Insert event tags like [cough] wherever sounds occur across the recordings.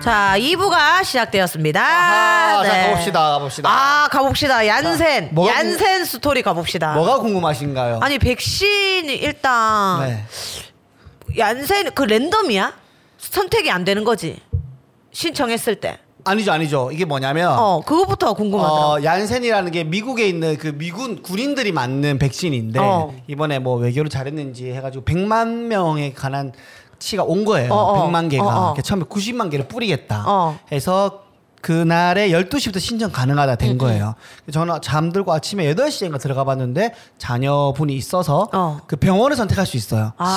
자, 2부가 시작되었습니다. 아하, 자, 네. 가봅시다, 가봅시다. 아, 가봅시다. 얀센. 자, 뭐가 궁- 얀센 스토리 가봅시다. 뭐가 궁금하신가요? 아니, 백신이 일단 네. 얀센 그 랜덤이야? 선택이 안 되는 거지. 신청했을 때. 아니죠, 아니죠. 이게 뭐냐면 어, 그거부터 궁금하더라고. 어, 얀센이라는 게 미국에 있는 그 미군 군인들이 맞는 백신인데 어. 이번에 뭐 외교를 잘했는지 해가지고 100만 명에 관한 치가 온 거예요. 어, 어. 100만 개가 어, 어. 그러니까 처음에 90만 개를 뿌리겠다. 어. 해서 그날에 12시부터 신청 가능하다 음, 된 거예요. 저는 잠들고 아침에 8시인가 들어가 봤는데 자녀분이 있어서 어. 그 병원을 선택할 수 있어요. 아,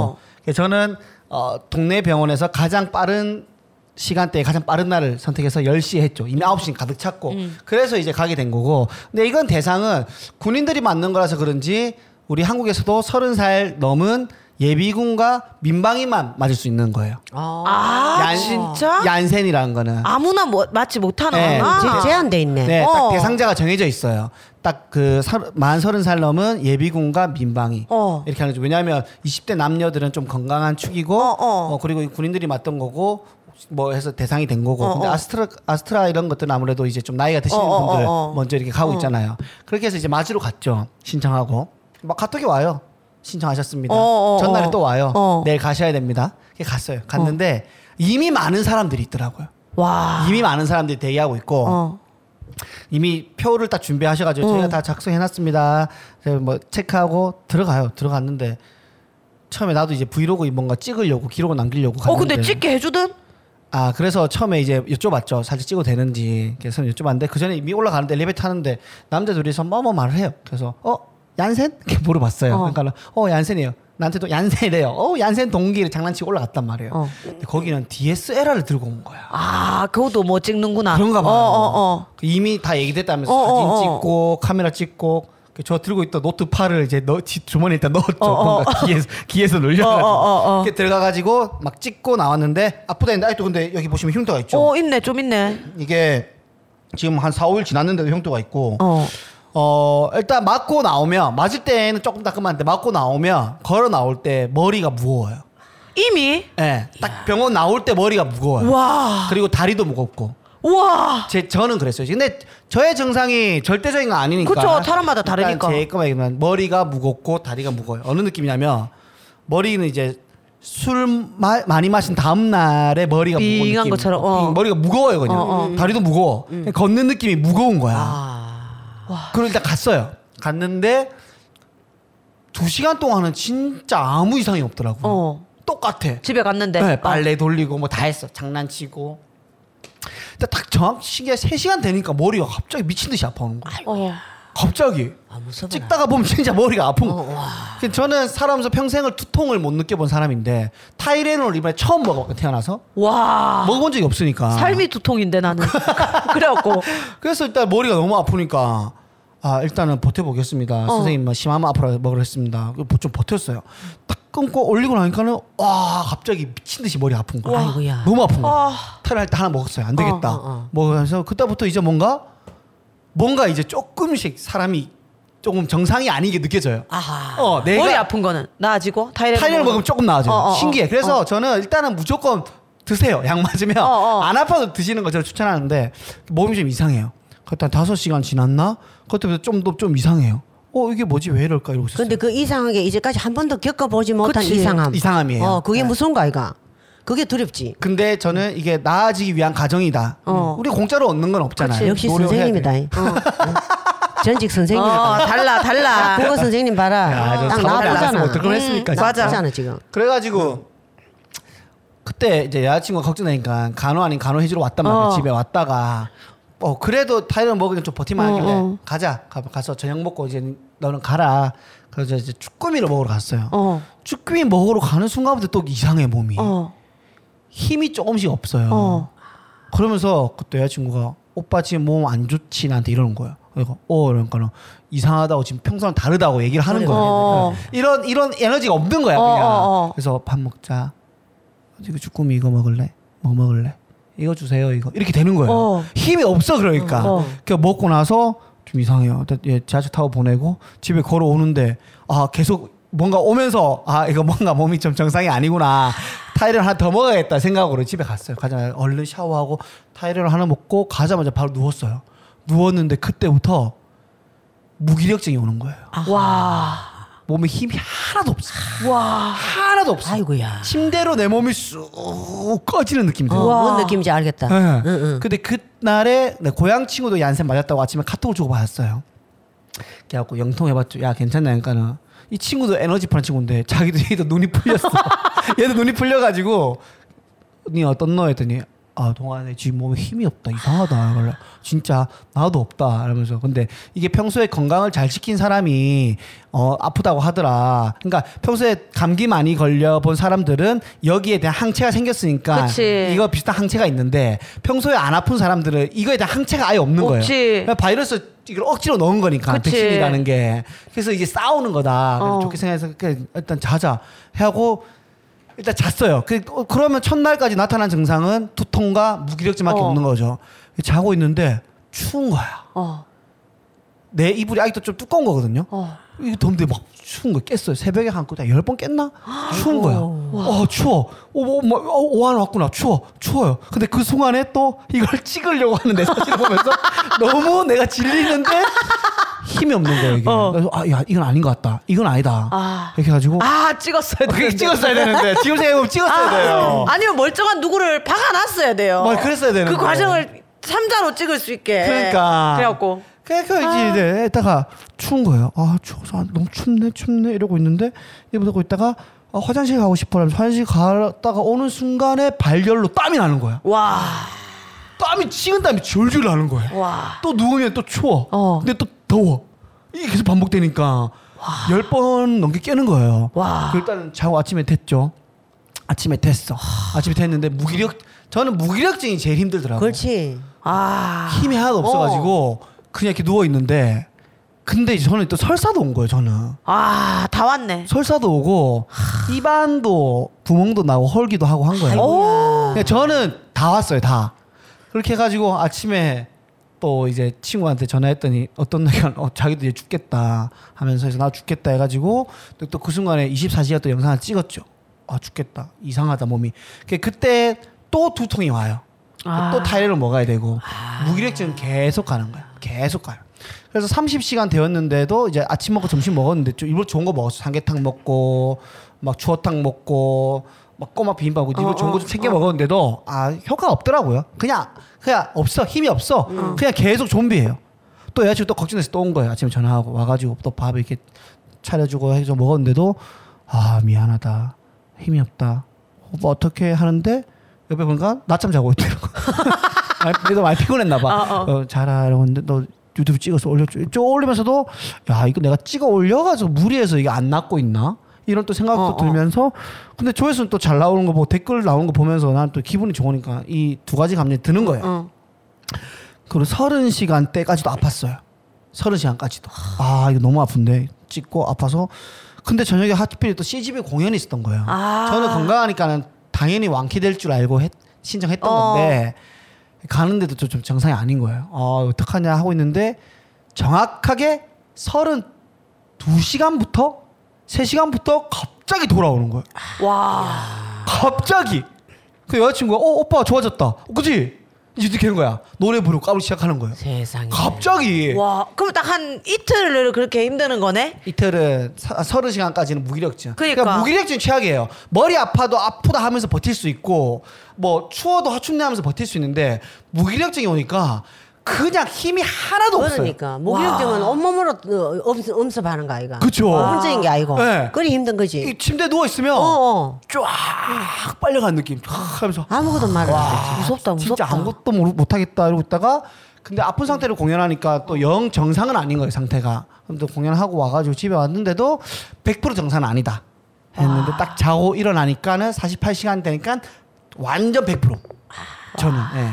어, 어, 어. 그래서 저는 어, 동네 병원에서 가장 빠른 시간대에 가장 빠른 날을 선택해서 10시에 했죠. 이미 9시는 가득 찼고. 음. 그래서 이제 가게 된 거고. 근데 이건 대상은 군인들이 맞는 거라서 그런지 우리 한국에서도 30살 넘은 예비군과 민방위만 맞을 수 있는 거예요. 아, 얀- 진짜? 얀센이라는 거는. 아무나 뭐, 맞지 못하나? 네. 아. 제- 제한돼 있네. 네, 딱 어. 대상자가 정해져 있어요. 딱 그 만 서른 살 넘은 예비군과 민방위 어. 이렇게 하는 거죠. 왜냐하면 20대 남녀들은 좀 건강한 축이고 어, 어. 어, 그리고 이 군인들이 맞던 거고 뭐 해서 대상이 된 거고 어, 근데 어. 아스트라 아스트라 이런 것들은 아무래도 이제 좀 나이가 드시는 어, 어, 분들 어, 어. 먼저 이렇게 가고 있잖아요. 그렇게 해서 이제 맞으러 갔죠. 신청하고 막 카톡이 와요. 신청하셨습니다. 어, 어, 어. 전날에 또 와요. 어. 내일 가셔야 됩니다. 이렇게 갔어요. 갔는데 이미 많은 사람들이 있더라고요. 와. 이미 많은 사람들이 대기하고 있고 아. 어. 이미 표를 딱 준비하셔가지고 저희가 다 작성해놨습니다. 그래서 뭐 체크하고 들어가요. 들어갔는데 처음에 나도 이제 브이로그 뭔가 찍으려고 기록을 남기려고 어, 갔는데 근데 찍게 해주든? 아 그래서 처음에 이제 여쭤봤죠. 사진 찍어도 되는지 그래서 여쭤봤는데 그 전에 이미 올라가는데 엘리베이터 타는데 남자 둘이서 뭐뭐 말을 해요. 그래서 어 얀센 이렇게 [laughs] 물어봤어요. 어. 그러니까 어 얀센이에요. 나한테도 얀센이래요. 어 얀센 동기를 장난치고 올라갔단 말이에요. 어. 근데 거기는 DSLR을 들고 온 거야. 아, 그것도 뭐 찍는구나. 그런가 봐요. 어, 어, 어. 이미 다 얘기됐다면서 어, 사진 어, 어. 찍고 카메라 찍고 그저 들고 있던 노트 8을 이제 넣, 지- 주머니에 다 넣었죠. 어, 뭔가 귀에서 귀에서 어, 놀려가지고 어, 어. 이렇게 들어가가지고 막 찍고 나왔는데 아프다 했는데 아직도 근데 여기 보시면 흉터가 있죠. 어, 있네, 좀 있네. 이게 지금 한 4, 5일 지났는데도 흉터가 있고 어. 어 일단 맞고 나오면 맞을 때는 조금 따끔한데 맞고 나오면 걸어 나올 때 머리가 무거워요. 이미? 예, 딱 병원 나올 때 머리가 무거워요. 와. 그리고 다리도 무겁고. 우와. 제 저는 그랬어요. 근데 저의 증상이 절대적인 건 아니니까. 그쵸, 사람마다 다르니까. 일단 제 거만 머리가 무겁고 다리가 무거워요. 어느 느낌이냐면 머리는 이제 술 마- 많이 마신 다음 날에 머리가 무거운 빙한 느낌. 것처럼, 어. 빙, 머리가 무거워요 그냥. 어, 아. 다리도 무거워. 그냥 걷는 느낌이 무거운 거야. 아. 그리고 일단 갔어요. 갔는데 두 시간 동안은 진짜 아무 이상이 없더라고요. 어. 똑같아. 집에 갔는데. 어. 네, 빨래 돌리고 뭐 다 했어. 장난치고. 근데 딱 정확히 신기해. 3시간 되니까 머리가 갑자기 미친 듯이 아파오는 거야. 어. 갑자기. 찍다가 보면 진짜 머리가 아픈 거. 근데 저는 살아면서 평생을 두통을 못 느껴본 사람인데 타이레놀 이번에 처음 먹어봤고 태어나서 와. 먹어본 적이 없으니까. 삶이 두통인데 나는. 아. [laughs] 그래갖고. 그래서 일단 머리가 너무 아프니까 아 일단은 어. 버텨보겠습니다. 선생님 뭐 심하면 앞으로 먹으랬습니다. 그 좀 버텼어요. 딱 끊고 올리고 나니까는 와 갑자기 미친 듯이 머리 아픈 거야. 아이고야. 너무 아픈 거야. 아. 탈할 때 하나 먹었어요. 안 되겠다. 어, 어, 어. 먹으면서 그때부터 이제 뭔가 뭔가 이제 조금씩 사람이 조금 정상이 아닌 게 느껴져요. 아하. 어 내가 머리 아픈 거는 나아지고 네, 타이레놀. 타이레놀 뭐. 먹으면 조금 나아져요. 어, 어, 어. 신기해. 그래서 저는 일단은 무조건 드세요. 약 맞으면 어, 어. 안 아파도 드시는 거 저는 추천하는데 몸이 좀 이상해요. 그때 한 5시간 지났나? 그때부터 좀 더 좀 이상해요. 어 이게 뭐지? 왜 이럴까? 이러고 있었어요. 근데 그 이상하게 이제까지 한 번도 겪어보지 못한 그치. 이상함. 이상함이에요. 어, 그게 네. 무서운 거 아이가? 그게 두렵지. 근데 저는 이게 나아지기 위한 과정이다. 어. 우리 공짜로 얻는 건 없잖아요. 역시 노력해야 돼요. 선생님이다. 어. 전직 선생님이다. 어, 달라, 아, 달라. 국어 선생님 봐라. 야, 아, 저 아, 딱 사람들 알았으면 나쁘잖아. 음. 어떡을 했습니까? 진짜. 맞아. 나쁘잖아 지금. 그래가지고 그때 이제 여자친구가 걱정되니까 간호 아닌 간호 해주러 왔단 말이야 어. 집에 왔다가 어 그래도 타이레놀 먹으니까 좀 버티면 어, 하길래 어. 가자 가, 가서 저녁 먹고 이제 너는 가라 그래서 이제 쭈꾸미를 먹으러 갔어요 어. 쭈꾸미 먹으러 가는 순간부터 또 이상해 몸이 어. 힘이 조금씩 없어요 어. 그러면서 그때 여자친구가 오빠 지금 몸 안 좋지 나한테 이러는 거예요. 그러니까 어 그러니까는 이상하다고 지금 평소랑 다르다고 얘기를 하는 거예요. 어. 이런 이런 에너지가 없는 거야 그냥. 어, 어, 어. 그래서 밥 먹자. 지금 주꾸미 이거 먹을래? 뭐 먹을래? 이거 주세요 이거 이렇게 되는 거예요. 어. 힘이 없어 그러니까. 어. 그러니까 먹고 나서 좀 이상해요. 얘 지하철 타고 보내고 집에 걸어 오는데 아 계속 뭔가 오면서 아 이거 뭔가 몸이 좀 정상이 아니구나. 타이레놀 하나 더 먹어야겠다 생각으로 집에 갔어요. 가자마자 얼른 샤워하고 타이레놀 하나 먹고 가자마자 바로 누웠어요. 누웠는데 그때부터 무기력증이 오는 거예요. 와. 몸에 힘이 하나도 없어. 와. 하나도 없어. 아이고야. 침대로 내 몸이 쑥 꺼지는 느낌이 어, 들어요. 뭔 느낌인지 알겠다. 예. 응, 응. 근데 그날에 내 고향 친구도 얀센 맞았다고 아침에 카톡을 주고 받았어요. 그래갖고 영통해봤죠. 야 괜찮냐? 그러니까는 이 친구도 에너지 파는 친구인데 자기도 얘도 눈이 풀렸어. [laughs] 얘도 눈이 풀려가지고 니 어떤 너 했더니 아 동안에 지금 몸에 힘이 없다 이상하다 그래 진짜 나도 없다 이러면서 근데 이게 평소에 건강을 잘 지킨 사람이 어 아프다고 하더라 그러니까 평소에 감기 많이 걸려 본 사람들은 여기에 대한 항체가 생겼으니까 그치. 이거 비슷한 항체가 있는데 평소에 안 아픈 사람들은 이거에 대한 항체가 아예 없는 거예요 없지. 그러니까 바이러스 이걸 억지로 넣은 거니까 그치. 백신이라는 게 그래서 이게 싸우는 거다 그래서 어. 좋게 생각해서 그냥 일단 자자 하고 일단 잤어요. 그, 어, 그러면 첫날까지 나타난 증상은 두통과 무기력증밖에 어. 없는 거죠. 자고 있는데 추운 거야. 어. 내 이불이 아직도 좀 두꺼운 거거든요. 어. 이게 덥는데 막 추운 거 깼어요. 새벽에 한거 다열 번 깼나? 추운 거야. 어 추워. 뭐, 어, 오오안 왔구나. 추워. 추워요. 근데 그 순간에 또 이걸 [laughs] 찍으려고 하는데 사실 보면서 [laughs] 너무 내가 질리는데 힘이 없는 거예요. 이게. 어. 그래서 아야 이건 아닌 것 같다. 이건 아니다. 아. 이렇게 가지고 아, 찍었어야 그게 되는데. 찍었어야 되는데 지금 생각해보면 찍었어야 돼요. 아니면 멀쩡한 누구를 박아놨어야 돼요. 막 그랬어야 되는데. 그 과정을 3자로 찍을 수 있게. 그러니까. 예, 그래갖고. 아. 그래서 이제 이제 있다가 추운 거예요. 아 추워서 아, 너무 춥네 춥네 이러고 있는데 이러고 있다가 아, 화장실 가고 싶어라면서 화장실 갔다가 오는 순간에 발열로 땀이 나는 거야. 와. 땀이 식은 땀이 줄줄 나는 거야. 와. 또 누우면 또 추워. 어. 근데 또 더워. 이게 계속 반복되니까 열 번 넘게 깨는 거예요. 와. 그 일단은 자고 아침에 됐죠. 아침에 됐어. 아침에 됐는데 무기력 저는 무기력증이 제일 힘들더라고요. 그렇지. 아. 힘이 하나도 없어가지고 그냥 이렇게 누워 있는데 근데 이제 저는 또 설사도 온 거예요 저는 아, 다 왔네. 설사도 오고 입안도 부멍도 나고 헐기도 하고 한 거예요. 오. 그러니까 저는 다 왔어요 다 그렇게 해가지고 아침에 또 이제 친구한테 전화했더니 어떤 날은 어, 자기도 이제 죽겠다 하면서 해서 나 죽겠다 해가지고 또 그 순간에 24시간 또 영상을 찍었죠. 아 죽겠다 이상하다 몸이. 그- 그때 또 두통이 와요. 아. 그 또 타이레놀 먹어야 되고 무기력증 계속 가는 거야. 계속 가요. 그래서 30시간 되었는데도 이제 아침 먹고 점심 먹었는데 좀 일부러 좋은 거 먹었어. 삼계탕 먹고 막 추어탕 먹고 막 꼬막 비빔밥 먹고 일부러 어, 좋은 거 어, 좀 챙겨 먹었는데도 아 효과 없더라고요. 그냥 그냥 없어 힘이 없어. 음. 그냥 계속 좀비예요. 또 여자친구 또 걱정돼서 또 온 거예요. 아침에 전화하고 와가지고 또 밥 이렇게 차려주고 해서 먹었는데도 아 미안하다 힘이 없다 오빠 어떻게 하는데 옆에 보니까 낮잠 [laughs] 자고 있더라고 많이- 그래도 많이 피곤했나 봐 어, 어, 자라 이러고 있는데 너 유튜브 찍어서 올렸죠 쭉 올리면서도 야 이거 내가 찍어 올려가지고 무리해서 이게 안 낫고 있나 이런 또 생각도 어, 어. 들면서 근데 조회수는 또 잘 나오는 거 보고 댓글 나오는 거 보면서 난 또 기분이 좋으니까 이 두 가지 감정이 드는 거예요 응. 그리고 서른 시간 때까지도 아팠어요. 서른 시간까지도. 아 이거 너무 아픈데 찍고 아파서. 근데 저녁에 하필 또 CGV 공연이 있었던 거예요. 아. 저는 건강하니까는 당연히 완쾌될 줄 알고 했- 신청했던 어. 건데 가는데도 좀- 좀 정상이 아닌 거예요. 아 어떡하냐 하고 있는데 정확하게 서른 두 시간부터 세 시간부터 갑자기 돌아오는 거예요. 와. 갑자기 그 여자친구가 어 오빠 좋아졌다. 그지? 이제 되는 거야. 노래 부르고 까불기 시작하는 거예요. 음. 세상에. 갑자기 와. 그럼 딱 한 이틀을 그렇게 힘드는 거네? 이틀은 사- 서른 시간까지는 무기력증. 그러니까. 무기력증 최악이에요. 머리 아파도 아프다 하면서 버틸 수 있고 뭐 추워도 하춥네 하면서 버틸 수 있는데 무기력증이 오니까 그냥 힘이 하나도 그러니까 목욕증은 온몸으로 어, 엄습, 엄습하는 거 아이가. 그쵸. 어, 혼자인 게 아니고. 네. 그리 힘든 없어요. 이 거지. 침대에 누워 있으면 어, 어. 쫙 빨려간 느낌. 쫙 하면서 아무것도 말을 안 해. 무섭다, 무섭다. 진짜 아무것도 모르, 못하겠다 이러고 있다가 근데 아픈 상태로 공연하니까 또 영 정상은 아닌 거예요 상태가 그럼 또 공연하고 와가지고 집에 왔는데도 100% 정상은 아니다 했는데 딱 자고 일어나니까는 48시간 되니까 완전 100% 저는 예.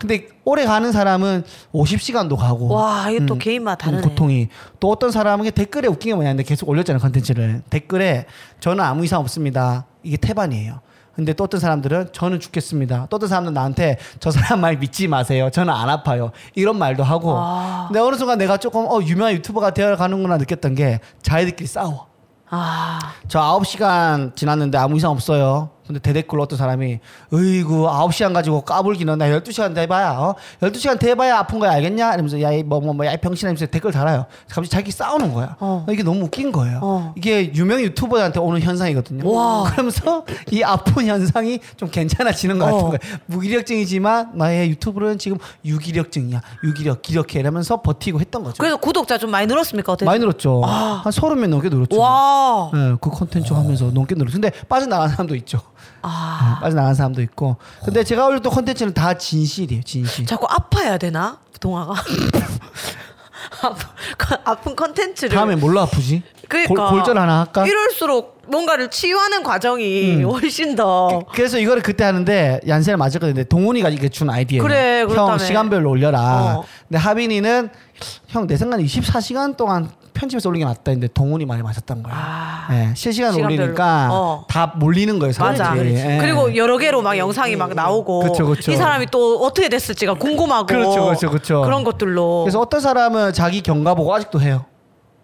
근데 오래 가는 사람은 50시간도 가고 와, 이게 또 음, 개인마다 음, 다르네. 고통이 또 어떤 사람에게 댓글에 웃긴 게 뭐냐는데 계속 올렸잖아요 컨텐츠를 댓글에 저는 아무 이상 없습니다 이게 태반이에요 근데 또 어떤 사람들은 저는 죽겠습니다 또 어떤 사람들은 나한테 저 사람 말 믿지 마세요 저는 안 아파요 이런 말도 하고 아. 근데 어느 순간 내가 조금 어 유명한 유튜버가 되어가는구나 느꼈던 게 자기들끼리 싸워 아. 저 9시간 지났는데 아무 이상 없어요 근데 대댓글로 어떤 사람이 으이구 9시간 가지고 까불기는 나 12시간 대봐야 어? 12시간 대봐야 아픈 거야 알겠냐? 이러면서 야이 뭐 뭐 뭐야 이 병신아 이러면서 댓글 달아요. 갑자기 자기 싸우는 거야. 어. 어, 이게 너무 웃긴 거예요. 이게 유명 유튜버한테 오는 현상이거든요. 그러면서 이 아픈 현상이 좀 괜찮아지는 것 어. 같은 거예요. 무기력증이지만 나의 유튜브는 지금 유기력증이야. 유기력 기력해 이러면서 버티고 했던 거죠. 그래서 구독자 좀 많이 늘었습니까? 어때? 많이 늘었죠. 한 서른 명 넘게 늘었죠. 와. 예, 어. 그 컨텐츠 하면서 넘게 늘었. 근데 빠져나간 사람도 있죠. 아. 예, 빠져나간 사람도 있고. 근데 제가 올렸던 컨텐츠는 다 진실이에요, 진실. 어. 자꾸 아파야 되나? 동화가. [laughs] 아픈- 아픈 컨텐츠를 다음에 뭘로 아프지? 그러니까 골, 골절 하나 할까? 음. 이럴수록 뭔가를 치유하는 과정이 훨씬 더 그래서 이거를 그때 하는데 얀센을 맞았거든요. 동훈이가 이게 준 아이디어예요. 그래, 그렇다며. 형 시간별로 올려라. 어. 근데 하빈이는 형 내 생각에 24시간 동안 편집해서 올린 게 낫다 했는데 동훈이 많이 맞았던 거야. 아. 예, 실시간 시간별로. 올리니까 어. 다 몰리는 거예요, 사람들이. 맞아. 예. 그리고 여러 개로 막 영상이 막 나오고 그쵸, 그쵸. 이 사람이 또 어떻게 됐을지가 궁금하고 그렇죠, 그렇죠, 그렇죠. 런 것들로 그래서 어떤 사람은 자기 경과 보고 아직도 해요.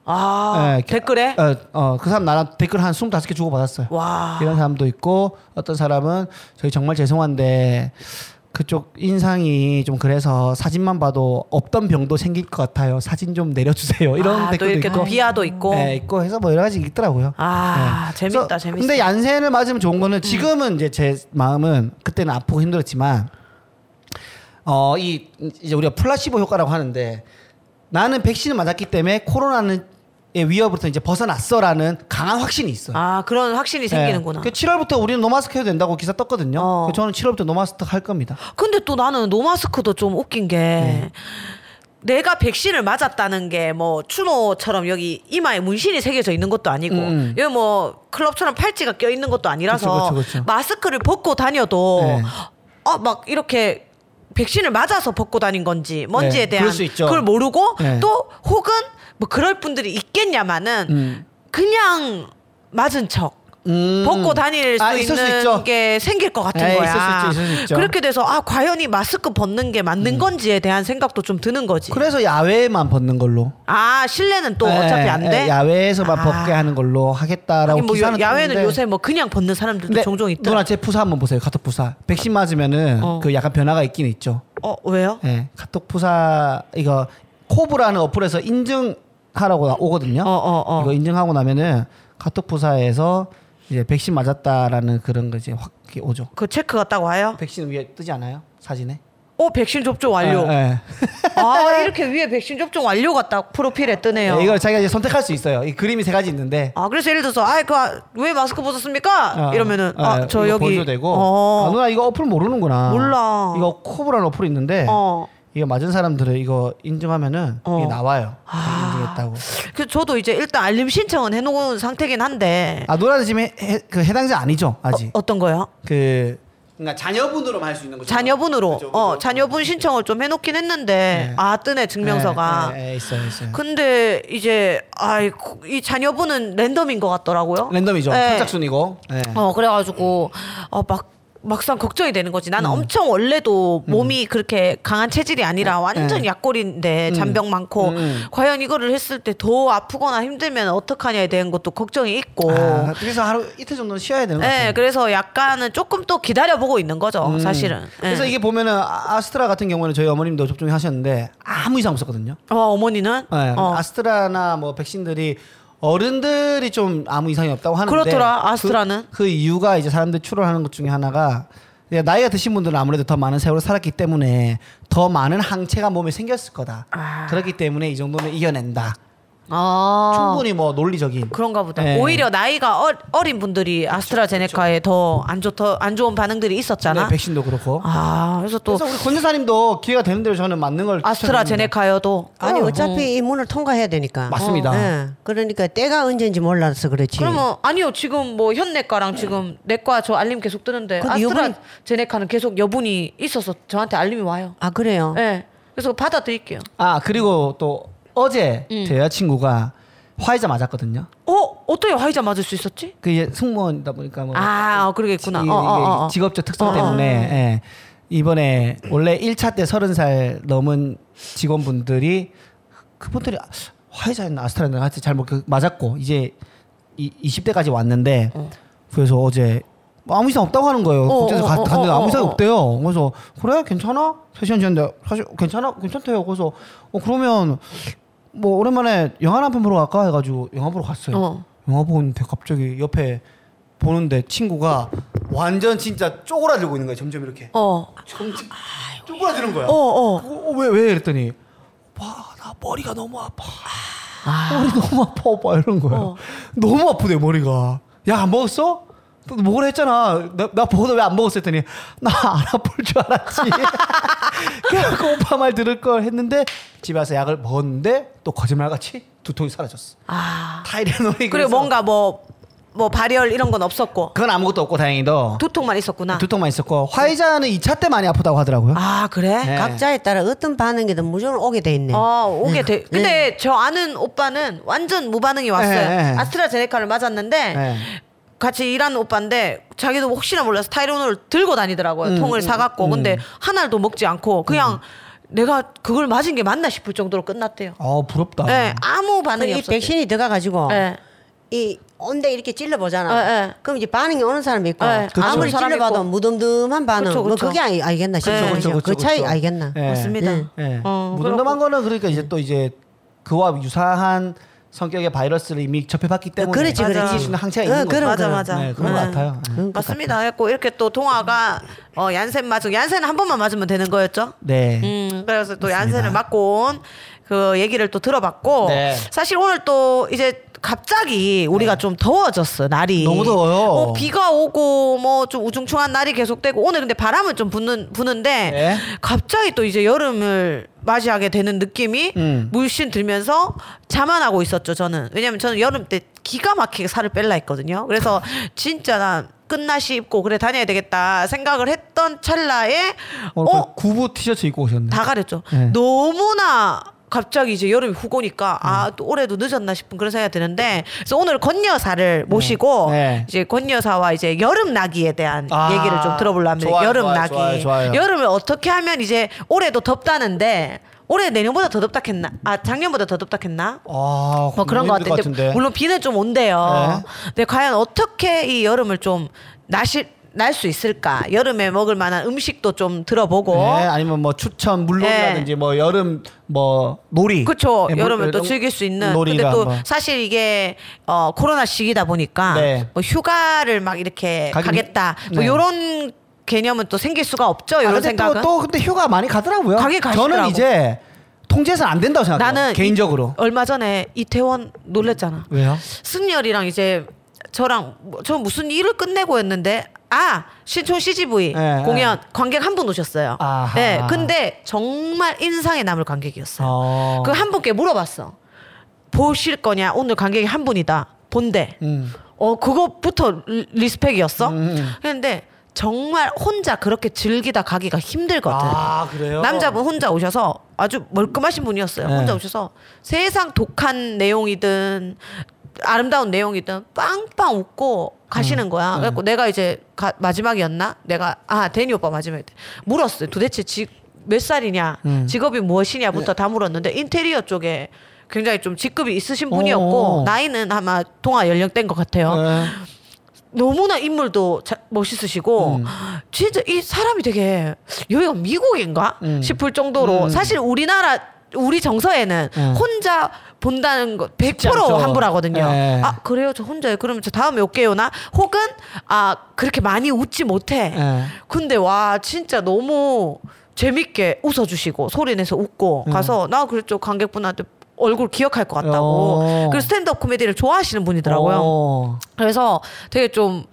아 예, 댓글에 어, 어, 그 사람 나랑 댓글 한 25개 주고 받았어요. 와 이런 사람도 있고 어떤 사람은 저희 정말 죄송한데 그쪽 인상이 좀 그래서 사진만 봐도 없던 병도 생길 것 같아요. 사진 좀 내려주세요. 이런 아, 또 댓글도 이렇게 있고. 또 비하도 있고 예, 있고 해서 뭐 여러 가지 있더라고요. 아 예. 재밌다 음. 그래서 재밌다 근데 얀센을 맞으면 좋은 거는 지금은 이제 제 마음은 그때는 아프고 힘들었지만 어 이 이제 우리가 플라시보 효과라고 하는데 나는 백신을 맞았기 때문에 코로나는 의 위협부터 이제 벗어났어라는 강한 확신이 있어요. 아 그런 확신이 생기는구나 예. 그 7월부터 우리는 노마스크 해도 된다고 기사 떴거든요. 어. 그 저는 7월부터 노마스크 할 겁니다. 근데 또 나는 노마스크도 좀 웃긴 게 네. 내가 백신을 맞았다는 게 뭐 추노처럼 여기 이마에 문신이 새겨져 있는 것도 아니고 음. 여기 뭐 클럽처럼 팔찌가 껴 있는 것도 아니라서 그쵸, 그쵸, 그쵸. 마스크를 벗고 다녀도 네. 어 막 이렇게 백신을 맞아서 벗고 다닌 건지 뭔지에 네, 대한 그럴 수 있죠. 그걸 모르고 네. 또 혹은 뭐 그럴 분들이 있겠냐마는 음. 그냥 맞은 척 음. 벗고 다닐 수 아, 있을 수 있는 있죠. 게 생길 것 같은 네, 있을 거야. 수 있죠, 있을 수 있죠. 그렇게 돼서 아 과연 이 마스크 벗는 게 맞는 건지에 대한 생각도 좀 드는 거지. 음. 그래서 야외에만 벗는 걸로. 아 실내는 또 예, 어차피 안 예, 돼. 야외에서만 아. 벗게 하는 걸로 하겠다라고 아니, 뭐 기사는 야외는 떴는데. 요새 뭐 그냥 벗는 사람들도 근데 종종 있더라. 누나 제 푸사 한번 보세요. 카톡 푸사. 백신 맞으면은 어. 그 약간 변화가 있긴 있죠. 어 왜요? 예. 카톡 푸사 이거 코브라는 어플에서 인증하라고 나- 오거든요. 어 어 어. 네? 이거 인증하고 나면은 카톡 푸사에서 이제 백신 맞았다라는 그런 거 이제 확 이렇게 오죠. 그 체크가 딱 와요. 백신 위에 뜨지 않아요? 사진에? 어 백신 접종 완료. 예, 예. 아 이렇게 위에 백신 접종 완료가 딱 프로필에 뜨네요. 어. 예, 이걸 자기가 이제 선택할 수 있어요. 이 그림이 세 가지 있는데 아 그래서 예를 들어서 아그왜 마스크 벗었습니까? 어, 이러면은 어, 아 저 이거 여기 보여줘도 되고 어. 아, 누나 이거 어플 모르는구나. 몰라. 이거 코브라는 어플 있는데 어. 이거 맞은 사람들은 이거 인증하면은 어. 아. 이게 나와요. 인증했다고. 그 저도 이제 일단 알림 신청은 해놓은 상태긴 한데 아 네. 누나는 지금 해, 해- 그 해당자 아니죠 아직? 어, 떤 거요? 그 그러니까 자녀분으로 만 할 수 있는 거죠. 자녀분으로 그죠, 그죠. 어 자녀분 신청을 좀 해놓긴 했는데 네. 아 뜨네 증명서가 그 예, 예, 예, 있어요, 있어요. 근데 이제 아이 고- 이 자녀분은 랜덤인 것 같더라고요 랜덤이죠. 네. 선착순이고. 예. 어 그래가지고 어막 막상 걱정이 되는 거지. 음. 나는 엄청 원래도 몸이 그렇게 강한 체질이 네. 아니라 완전 음. 약골인데 잔병 많고 과연 이거를 했을 때 더 아프거나 힘들면 어떡하냐에 대한 것도 걱정이 있고. 아, 그래서 하루 이틀 정도는 쉬어야 되는 거 같아요. 음. 네, 그래서 약간은 조금 또 기다려보고 있는 거죠, 사실은. 예. 그래서 이게 보면은 아- 아스트라 같은 경우는 저희 어머님도 접종하셨는데 아무 이상 없었거든요. 어, 어머니는 예, 어. 아스트라나 뭐 백신들이 어른들이 좀 아무 이상이 없다고 하는데 그렇더라, 아스트라는. 그, 그 이유가 이제 사람들이 추론하는 것 중에 하나가 이제 나이가 드신 분들은 아무래도 더 많은 세월을 살았기 때문에 더 많은 항체가 몸에 생겼을 거다. 그렇기 때문에 이 정도는 이겨낸다. 아, 충분히 뭐 논리적인. 그런가 보다. 예. 오히려 나이가 어, 어린 분들이 아스트라제네카에 더 안 좋더 안 좋은 반응들이 있었잖아. 네, 백신도 그렇고. 아, 그래서 또 그래서 우리 권 여사님도 기회가 되는 대로 저는 맞는 걸 추천드립니다. 아스트라제네카여도 아니 어. 어차피 이 문을 통과해야 되니까. 맞습니다. 예. 그러니까 때가 언제인지 몰라서 그렇지. 그러면 아니요 지금 뭐 현내과랑 지금 내과 저 알림 계속 뜨는데 근데 여분이- 아스트라제네카는 계속 여분이 있어서 저한테 알림이 와요. 아 그래요. 예. 그래서 받아드릴게요. 아 그리고 또 어제 음. 제 여자친구가 화이자 맞았거든요. 어 어떻게 화이자 맞을 수 있었지? 그 이제 승무원이다 보니까 뭐 아, 어, 그러겠구나. 이- 어, 어, 어. 이게 직업적 특성 어, 어. 때문에 예. 이번에 원래 1차 때 30살 넘은 직원분들이 그분들이 화이자였나 아스트라였나 하여튼 잘못 그- 맞았고 이제 이, 20대까지 왔는데 그래서 어제 뭐 아무 이상 없다고 하는 거예요. 어, 그때서 어, 어, 갔- 갔는데 어, 어, 아무 이상이 어. 없대요. 그래서 그래 괜찮아? 3시간 지났는데 사실 괜찮아? 괜찮대요. 그래서 어 그러면 뭐 오랜만에 영화 한 편 보러 갈까 해가지고 영화 보러 갔어요. 어. 영화 보는데 갑자기 옆에 보는데 친구가 완전 진짜 쪼그라들고 있는 거예요. 점점 이렇게 어. 점점 쪼그라드는 거야. 어, 어. 왜왜 왜? 이랬더니 오빠 나 머리가 너무 아파. 머리 너무 아파 오빠 이런 거야. 어. 너무 아프대 머리가. 야 안 먹었어? 너 먹으라 했잖아. 나, 나 보고도 왜 안 먹었어 했더니 나 안 아플 줄 알았지. [laughs] 그래갖고 오빠 말 들을 걸 했는데 집에 와서 약을 먹었는데 또 거짓말같이 두통이 사라졌어. 아. 타이레놀이 그리고 그래서 뭔가 뭐, 뭐 발열 이런 건 없었고. 그건 아무것도 없고 다행히도 두통만 있었구나. 아, 두통만 있었고 화이자는 2차 때 많이 아프다고 하더라고요. 아, 그래? 네. 각자에 따라 어떤 반응이든 무조건 오게 돼 있네. 어, 오게 돼. 근데 저 아는 오빠는 완전 무반응이 왔어요. 네, 네. 아스트라제네카를 맞았는데 네. 같이 일하는 오빠인데 자기도 혹시나 몰라서 타이레놀을 들고 다니더라고요. 음, 통을 사갖고. 근데 하나를 도 먹지 않고 그냥 내가 그걸 맞은 게 맞나 싶을 정도로 끝났대요. 아 부럽다. 네, 아무 그이 반응이 없었대요. 백신이 들어가가지고 네. 이 온데 이렇게 찔러 보잖아. 예, 예. 그럼 이제 반응이 오는 사람이 있고 예, 그렇죠. 아무리 사람이 찔러봐도 있고. 무덤덤한 반응. 그렇죠, 뭐 그렇죠. 그게 알- 알겠나 싶어. 예. 그렇죠, 그 그렇죠, 차이 그렇죠. 알겠나. 예. 맞습니다. 예. 예. 어, 무덤덤한 거는 그러니까 이제 또 이제 그와 유사한 성격의 바이러스를 이미 접해봤기 때문에 그렇지, 그렇지. 이길 수 있는 항체가 어, 있는 거죠. 그럼, 맞아 그럼. 맞아. 네, 그런 것 네. 같아요. 네. 그런 것 맞습니다. 했고 이렇게 또 동화가 어, 얀센 맞은 얀센은 한 번만 맞으면 되는 거였죠? 네. 음, 그래서 또 얀센을 맞고 온 그 얘기를 또 들어봤고 네. 사실 오늘 또 이제 갑자기 우리가 좀 더워졌어 날이 너무 더워요. 어, 비가 오고 뭐 좀 우중충한 날이 계속되고 오늘 근데 바람은 좀 부는 부는데 네. 갑자기 또 이제 여름을 맞이하게 되는 느낌이 음. 물씬 들면서 자만하고 있었죠 저는 왜냐면 저는 여름 때 기가 막히게 살을 뺄라 했거든요 그래서 진짜 난 끝나시 입고 그래 다녀야 되겠다 생각을 했던 찰나에 오늘 거의 어 구부 티셔츠 입고 오셨네. 다 가렸죠. 네. 너무나 갑자기 이제 여름이 훅 오니까 네. 아 또 올해도 늦었나 싶은 그런 생각이 드는데 그래서 오늘 권여사를 모시고 네. 이제 권여사와 이제 여름 나기에 대한 아, 얘기를 좀 들어보려 합니다. 좋아요, 여름 좋아요, 나기. 좋아요, 좋아요. 여름을 어떻게 하면 이제 올해도 덥다는데 올해 내년보다 더 덥다 했나? 아 작년보다 더 덥다 했나? 아, 뭐 그런 것 힘들 네. 같은데, 물론 비는 좀 온대요. 근데 과연 어떻게 이 여름을 좀 나실 날 수 있을까? 여름에 먹을 만한 음식도 좀 들어보고 네. 네, 아니면 뭐 추천 물놀이라든지 뭐 여름 뭐 놀이. 그렇죠. 네, 물- 여름을 또 이런 뭐. 즐길 수 있는. 근데 놀이라 또 한번. 사실 이게 어, 코로나 시기다 보니까 네. 뭐 휴가를 막 이렇게 가긴- 가겠다뭐 네. 이런 개념은 또 생길 수가 없죠. 아, 이런 근데 생각은. 또, 또 근데 휴가 많이 가더라고요. 가긴 저는 가시더라고. 이제 통제해서는 안 된다고 생각해요. 나는 개인적으로. 이- 얼마 전에 이태원 놀랬잖아. 왜요? 승열이랑 이제 저랑 뭐- 저 무슨 일을 끝내고 했는데 아 신촌 CGV 예, 공연 관객 한 분 오셨어요. 아하. 네, 근데 정말 인상에 남을 관객이었어요. 어. 그 한 분께 물어봤어. 보실 거냐? 오늘 관객이 한 분이다. 본대. 음. 어 그거부터 리- 리스펙이었어. 근데 정말 혼자 그렇게 즐기다 가기가 힘들거든. 아, 그래요? 남자분 혼자 오셔서 아주 멀끔하신 분이었어요. 네. 혼자 오셔서 세상 독한 내용이든 아름다운 내용이든 빵빵 웃고 가시는 음. 거야. 네. 그래갖고 내가 이제 가- 마지막이었나? 내가 아 데니 오빠 마지막이었대. 물었어요. 도대체 지, 몇 살이냐? 음. 직업이 무엇이냐부터 네. 다 물었는데 인테리어 쪽에 굉장히 좀 직급이 있으신 분이었고 어. 나이는 아마 동아 연령대인 것 같아요. 네. 너무나 인물도 자- 멋있으시고 음. 진짜 이 사람이 되게 여기가 미국인가 음. 싶을 정도로 사실 우리나라 우리 정서에는 음. 혼자 본다는 거 100% 않죠. 환불하거든요. 예. 아 그래요 저 혼자요. 그러면 저 다음에 올게요나 혹은 아 그렇게 많이 웃지 못해. 예. 근데 와 진짜 너무 재밌게 웃어주시고 소리내서 웃고 음. 가서 나 그랬죠 관객분한테 얼굴 기억할 것 같다고. 어. 그리고 스탠드업 코미디를 좋아하시는 분이더라고요. 어. 그래서 되게 좀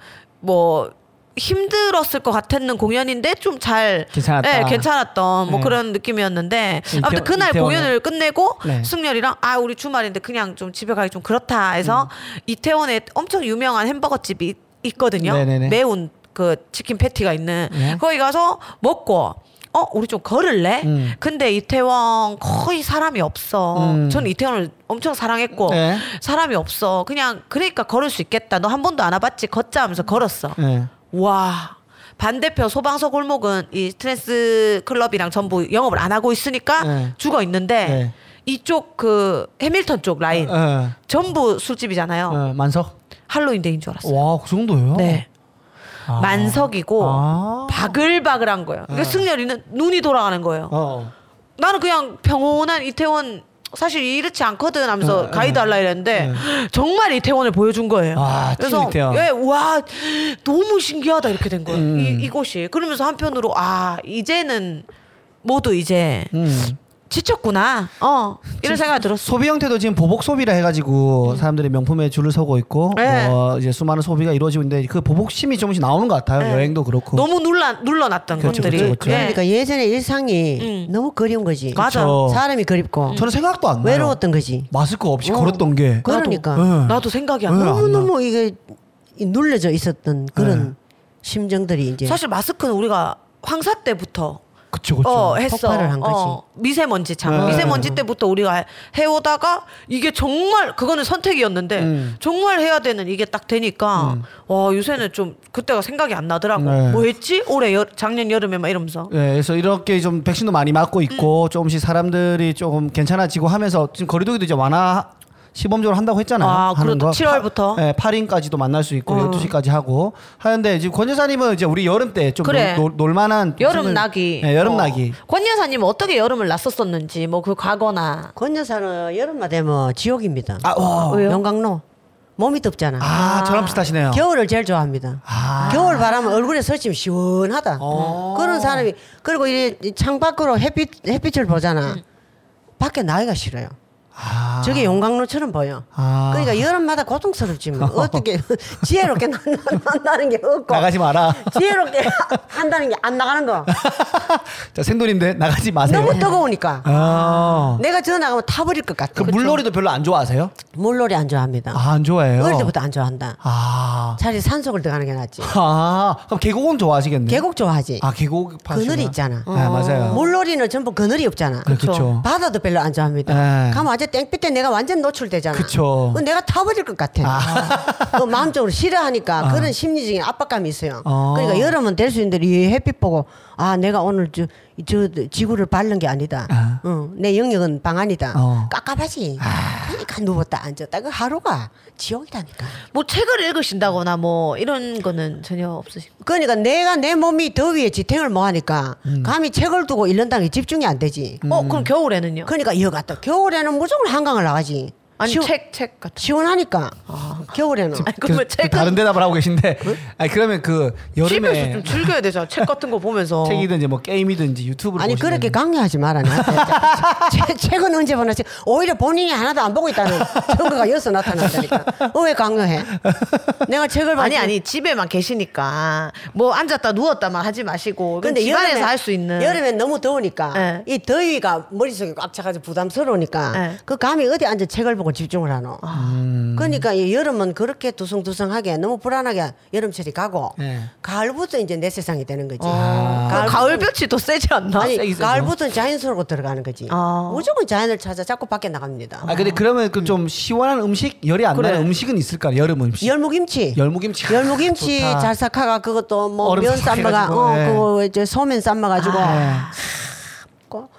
뭐 힘들었을 것 같았는 공연인데 좀 잘 괜찮았다. 예, 괜찮았던 뭐 네. 그런 느낌이었는데 이태원- 아무튼 그날 이태원에. 공연을 끝내고 네. 승렬이랑 아 우리 주말인데 그냥 좀 집에 가기 좀 그렇다 해서 음. 이태원에 엄청 유명한 햄버거 집이 있- 있거든요. 네네네. 매운 그 치킨 패티가 있는 네. 거기 가서 먹고 어 우리 좀 걸을래? 음. 근데 이태원 거의 사람이 없어. 음. 저는 이태원을 엄청 사랑했고 네. 사람이 없어. 그냥 그러니까 걸을 수 있겠다. 너 한 번도 안 와봤지? 걷자 하면서 걸었어. 예. 와 반대편 소방서 골목은 이 트랜스 클럽이랑 전부 영업을 안 하고 있으니까 네. 죽어 있는데 네. 이쪽 그 해밀턴 쪽 라인 예. 전부 술집이잖아요. 예, 만석. 할로윈데이인 줄 알았어. 요 와, 그 정도예요? 네. 만석이고 아. 네. 바글바글한 거예요. 그러니까 승렬이는 눈이 돌아가는 거예요. 어. 나는 그냥 평온한 이태원 사실 이렇지 않거든 네, 하면서 가이드 할라 이랬는데 정말 이태원을 보여준 거예요. 아, 찐 이태원. 예, 와 너무 신기하다 이렇게 된 거예요. 음. 이, 이곳이 그러면서 한편으로 아 이제는 모두 이제 음. 지쳤구나. 어 이런 생각이 들었어. 소비 형태도 지금 보복 소비라 해가지고 사람들이 명품에 줄을 서고 있고 음. 네. 뭐 이제 수많은 소비가 이루어지고 있는데 그 보복심이 조금씩 나오는 것 같아요. 여행도 그렇고. 네. 너무 눌러 눌러놨던 그렇죠, 것들이. 그렇죠, 그렇죠. 예. 그러니까 예전에 일상이 너무 그리운 거지. 음. 맞아. 음. 그렇죠. 사람이 그립고 저는 생각도 안 나요. 외로웠던 거지. 마스크 없이 어, 걸었던 게. 그러니까 예. 네, 나도 생각이 안 예. 나. 안 너무 너무 이게 이 눌려져 있었던 그런 네. 심정들이 이제 사실 마스크는 우리가 황사 때부터 그쵸 그쵸. 어, 했어. 폭발을 한 거지. 어, 미세먼지 참. 네. 미세먼지 때부터 우리가 해오다가 이게 정말 그거는 선택이었는데 음. 정말 해야 되는 이게 딱 되니까 와 요새는 좀 그때가 생각이 안 나더라고. 네. 뭐 했지? 올해 여, 작년 여름에 막 이러면서. 예, 그래서 이렇게 좀 백신도 많이 맞고 있고 조금씩 사람들이 조금 괜찮아지고 하면서 지금 거리두기도 이제 완화 시범적으로 한다고 했잖아요. 아, 하는 그렇다. 거. 7월부터. 파- 예, 8인까지도 만나실 수 있고 12시까지 하고 하는데 지금 권 여사님은 이제 우리 여름 때 좀 그래. 놀만한 여름 무슨- 나기. 예, 여름 나기. 어. 권 여사님은 어떻게 여름을 났었었는지 뭐 그 과거나. 뭐 권여사는 여름만 되면 지옥입니다. 아, 와. 왜요? 영광로 몸이 덥잖아. 아, 저랑 비슷하시네요. 겨울을 제일 좋아합니다. 아. 겨울 바람은 얼굴에 설치면 시원하다. 어. 그런 사람이 그리고 이 창밖으로 햇빛 햇빛을 보잖아. 밖에 나이가 싫어요. 음. 아. 저게 용광로처럼 보여. 아. 그러니까 여름마다 고통스럽지 [laughs] 뭐. 어떻게 [laughs] 지혜롭게 난- 난- 난다는 게 없고 나가지 마라. [laughs] 지혜롭게 [laughs] 한다는 게 안 나가는 거. 자, 생돌인데 나가지 마세요. 너무 뜨거우니까. 아. 내가 저 나가면 타버릴 것 같아. 그 물놀이도 별로 안 좋아하세요? 물놀이 안 좋아합니다. 아, 안 좋아해요. 어릴 때부터 안 좋아한다. 아. 차라리 산속을 들어가는 게 낫지. 아, 그럼 계곡은 좋아하시겠네요. 계곡 좋아하지. 아, 계곡 파시구나. 그늘이 있잖아. 어. 네, 맞아요. 네, 물놀이는 전부 그늘이 없잖아. 그래, 그쵸. 바다도 별로 안 좋아합니다. 네. 가면 완전 땡볕 때 내가 완전 노출되잖아. 그쵸. 그 내가 타버릴 것 같아. 그 마음적으로 싫어하니까 그런 심리적인 압박감이 있어요. 어. 그러니까 여름은 될 수 있는데 이 햇빛 보고 아 내가 오늘 저, 저 지구를 밟는 게 아니다. 아. 응, 내 영역은 방안이다. 어. 깝깝하지. 그러니까 누웠다 앉았다. 그 하루가 지옥이라니까. 뭐 책을 읽으신다거나 뭐 이런 거는 전혀 없으신. 그러니까 내가 내 몸이 더위에 지탱을 못하니까 감히 책을 두고 일른다는 게 집중이 안 되지. 어 음. 그럼 겨울에는요? 그러니까 이거 같다. 겨울에는 무조건 한강을 나가지. 아니 시원- 책 책 같은. 시원하니까. 겨울에는. 아니 그러면 그, 그 책은 다른 대답을 하고 계신데 아니 그러면 그 집에서 여름에 좀 즐겨야 되잖아. 책 같은 거 보면서. [laughs] 책이든지 뭐 게임이든지 유튜브를 아니 보시든지. 그렇게 강요하지 마라 나한테. 책- 책은 언제 보나 책- 오히려 본인이 하나도 안 보고 있다는 증거가 여기서 나타났다니까. 어, 왜 강요해? 내가 책을 봤 아니 아니 집에만 계시니까 뭐 앉았다 누웠다만 하지 마시고 근데 집안에서 할 수 있는 여름에 너무 더우니까 네. 이 더위가 머릿속에 꽉 차가지고 부담스러우니까 네. 그 감히 어디 앉아 책을 보고 집중을 하노. 아. 그러니까 이 여름은 그렇게 두성두성하게 너무 불안하게 여름철이 가고 네. 가을부터 이제 내 세상이 되는 거지. 아, 가을부터- 가을 볕이 더 세지 않나? 아니 세게 세죠. 가을부터 자연스럽고 들어가는 거지. 아. 무조건 자연을 찾아 자꾸 밖에 나갑니다. 아 근데 그러면 그 좀 시원한 음식 열이 안 그래. 나는 음식은 있을까 여름 음식 음. 열무김치. 열무김치 열무김치 좋다. 잘 삭아가 그것도 뭐 얼음 면 삶아가 삭혀가지고, 어 예. 그거 이제 소면 삶아가지고 아. 고-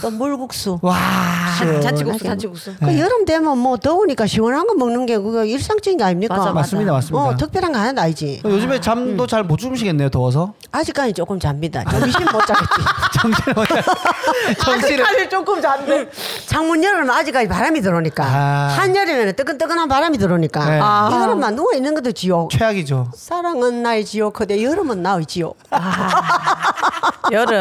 또 물국수 와 아, 잔- 잔치국수 잔치국수 네. 그 여름 되면 뭐 더우니까 시원한 거 먹는 게 그거 일상적인 게 아닙니까? 맞아, 맞아. 맞습니다, 맞습니다. 어, 특별한 거 하나도 아니지. 요즘에 잠도 음. 잘 못 주무시겠네요 [laughs] 더워서 아직까지 조금 잡니다. 정신 못 자겠지. [laughs] 정신을 아, 못 차려- 정신을 그 조금 잔데. 창문 열으면 아직까지 바람이 들어오니까. 아. 한여름에는 뜨끈뜨끈한 바람이 들어오니까. 네. 아. 이 여름만 누워 있는 것도 지옥. 최악이죠 사랑은 나의 지옥, 그대 여름은 나의 지옥. 여름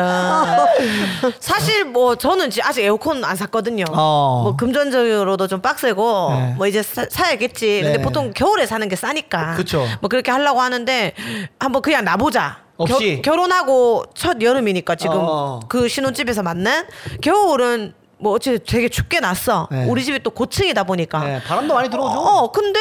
사실 뭐 저는 지- 아직 에어컨 안 샀거든요 어. 뭐 금전적으로도 좀 빡세고 네. 뭐 이제 사, 사야겠지 근데 네. 보통 겨울에 사는 게 싸니까 그쵸. 뭐 그렇게 하려고 하는데 한번 그냥 놔보자 없이? 겨, 결혼하고 첫 여름이니까 지금 어. 그 신혼집에서 만난 겨울은 뭐 어째 되게 춥게 났어 네. 우리 집이 또 고층이다 보니까 네, 바람도 많이 들어오죠 어, 근데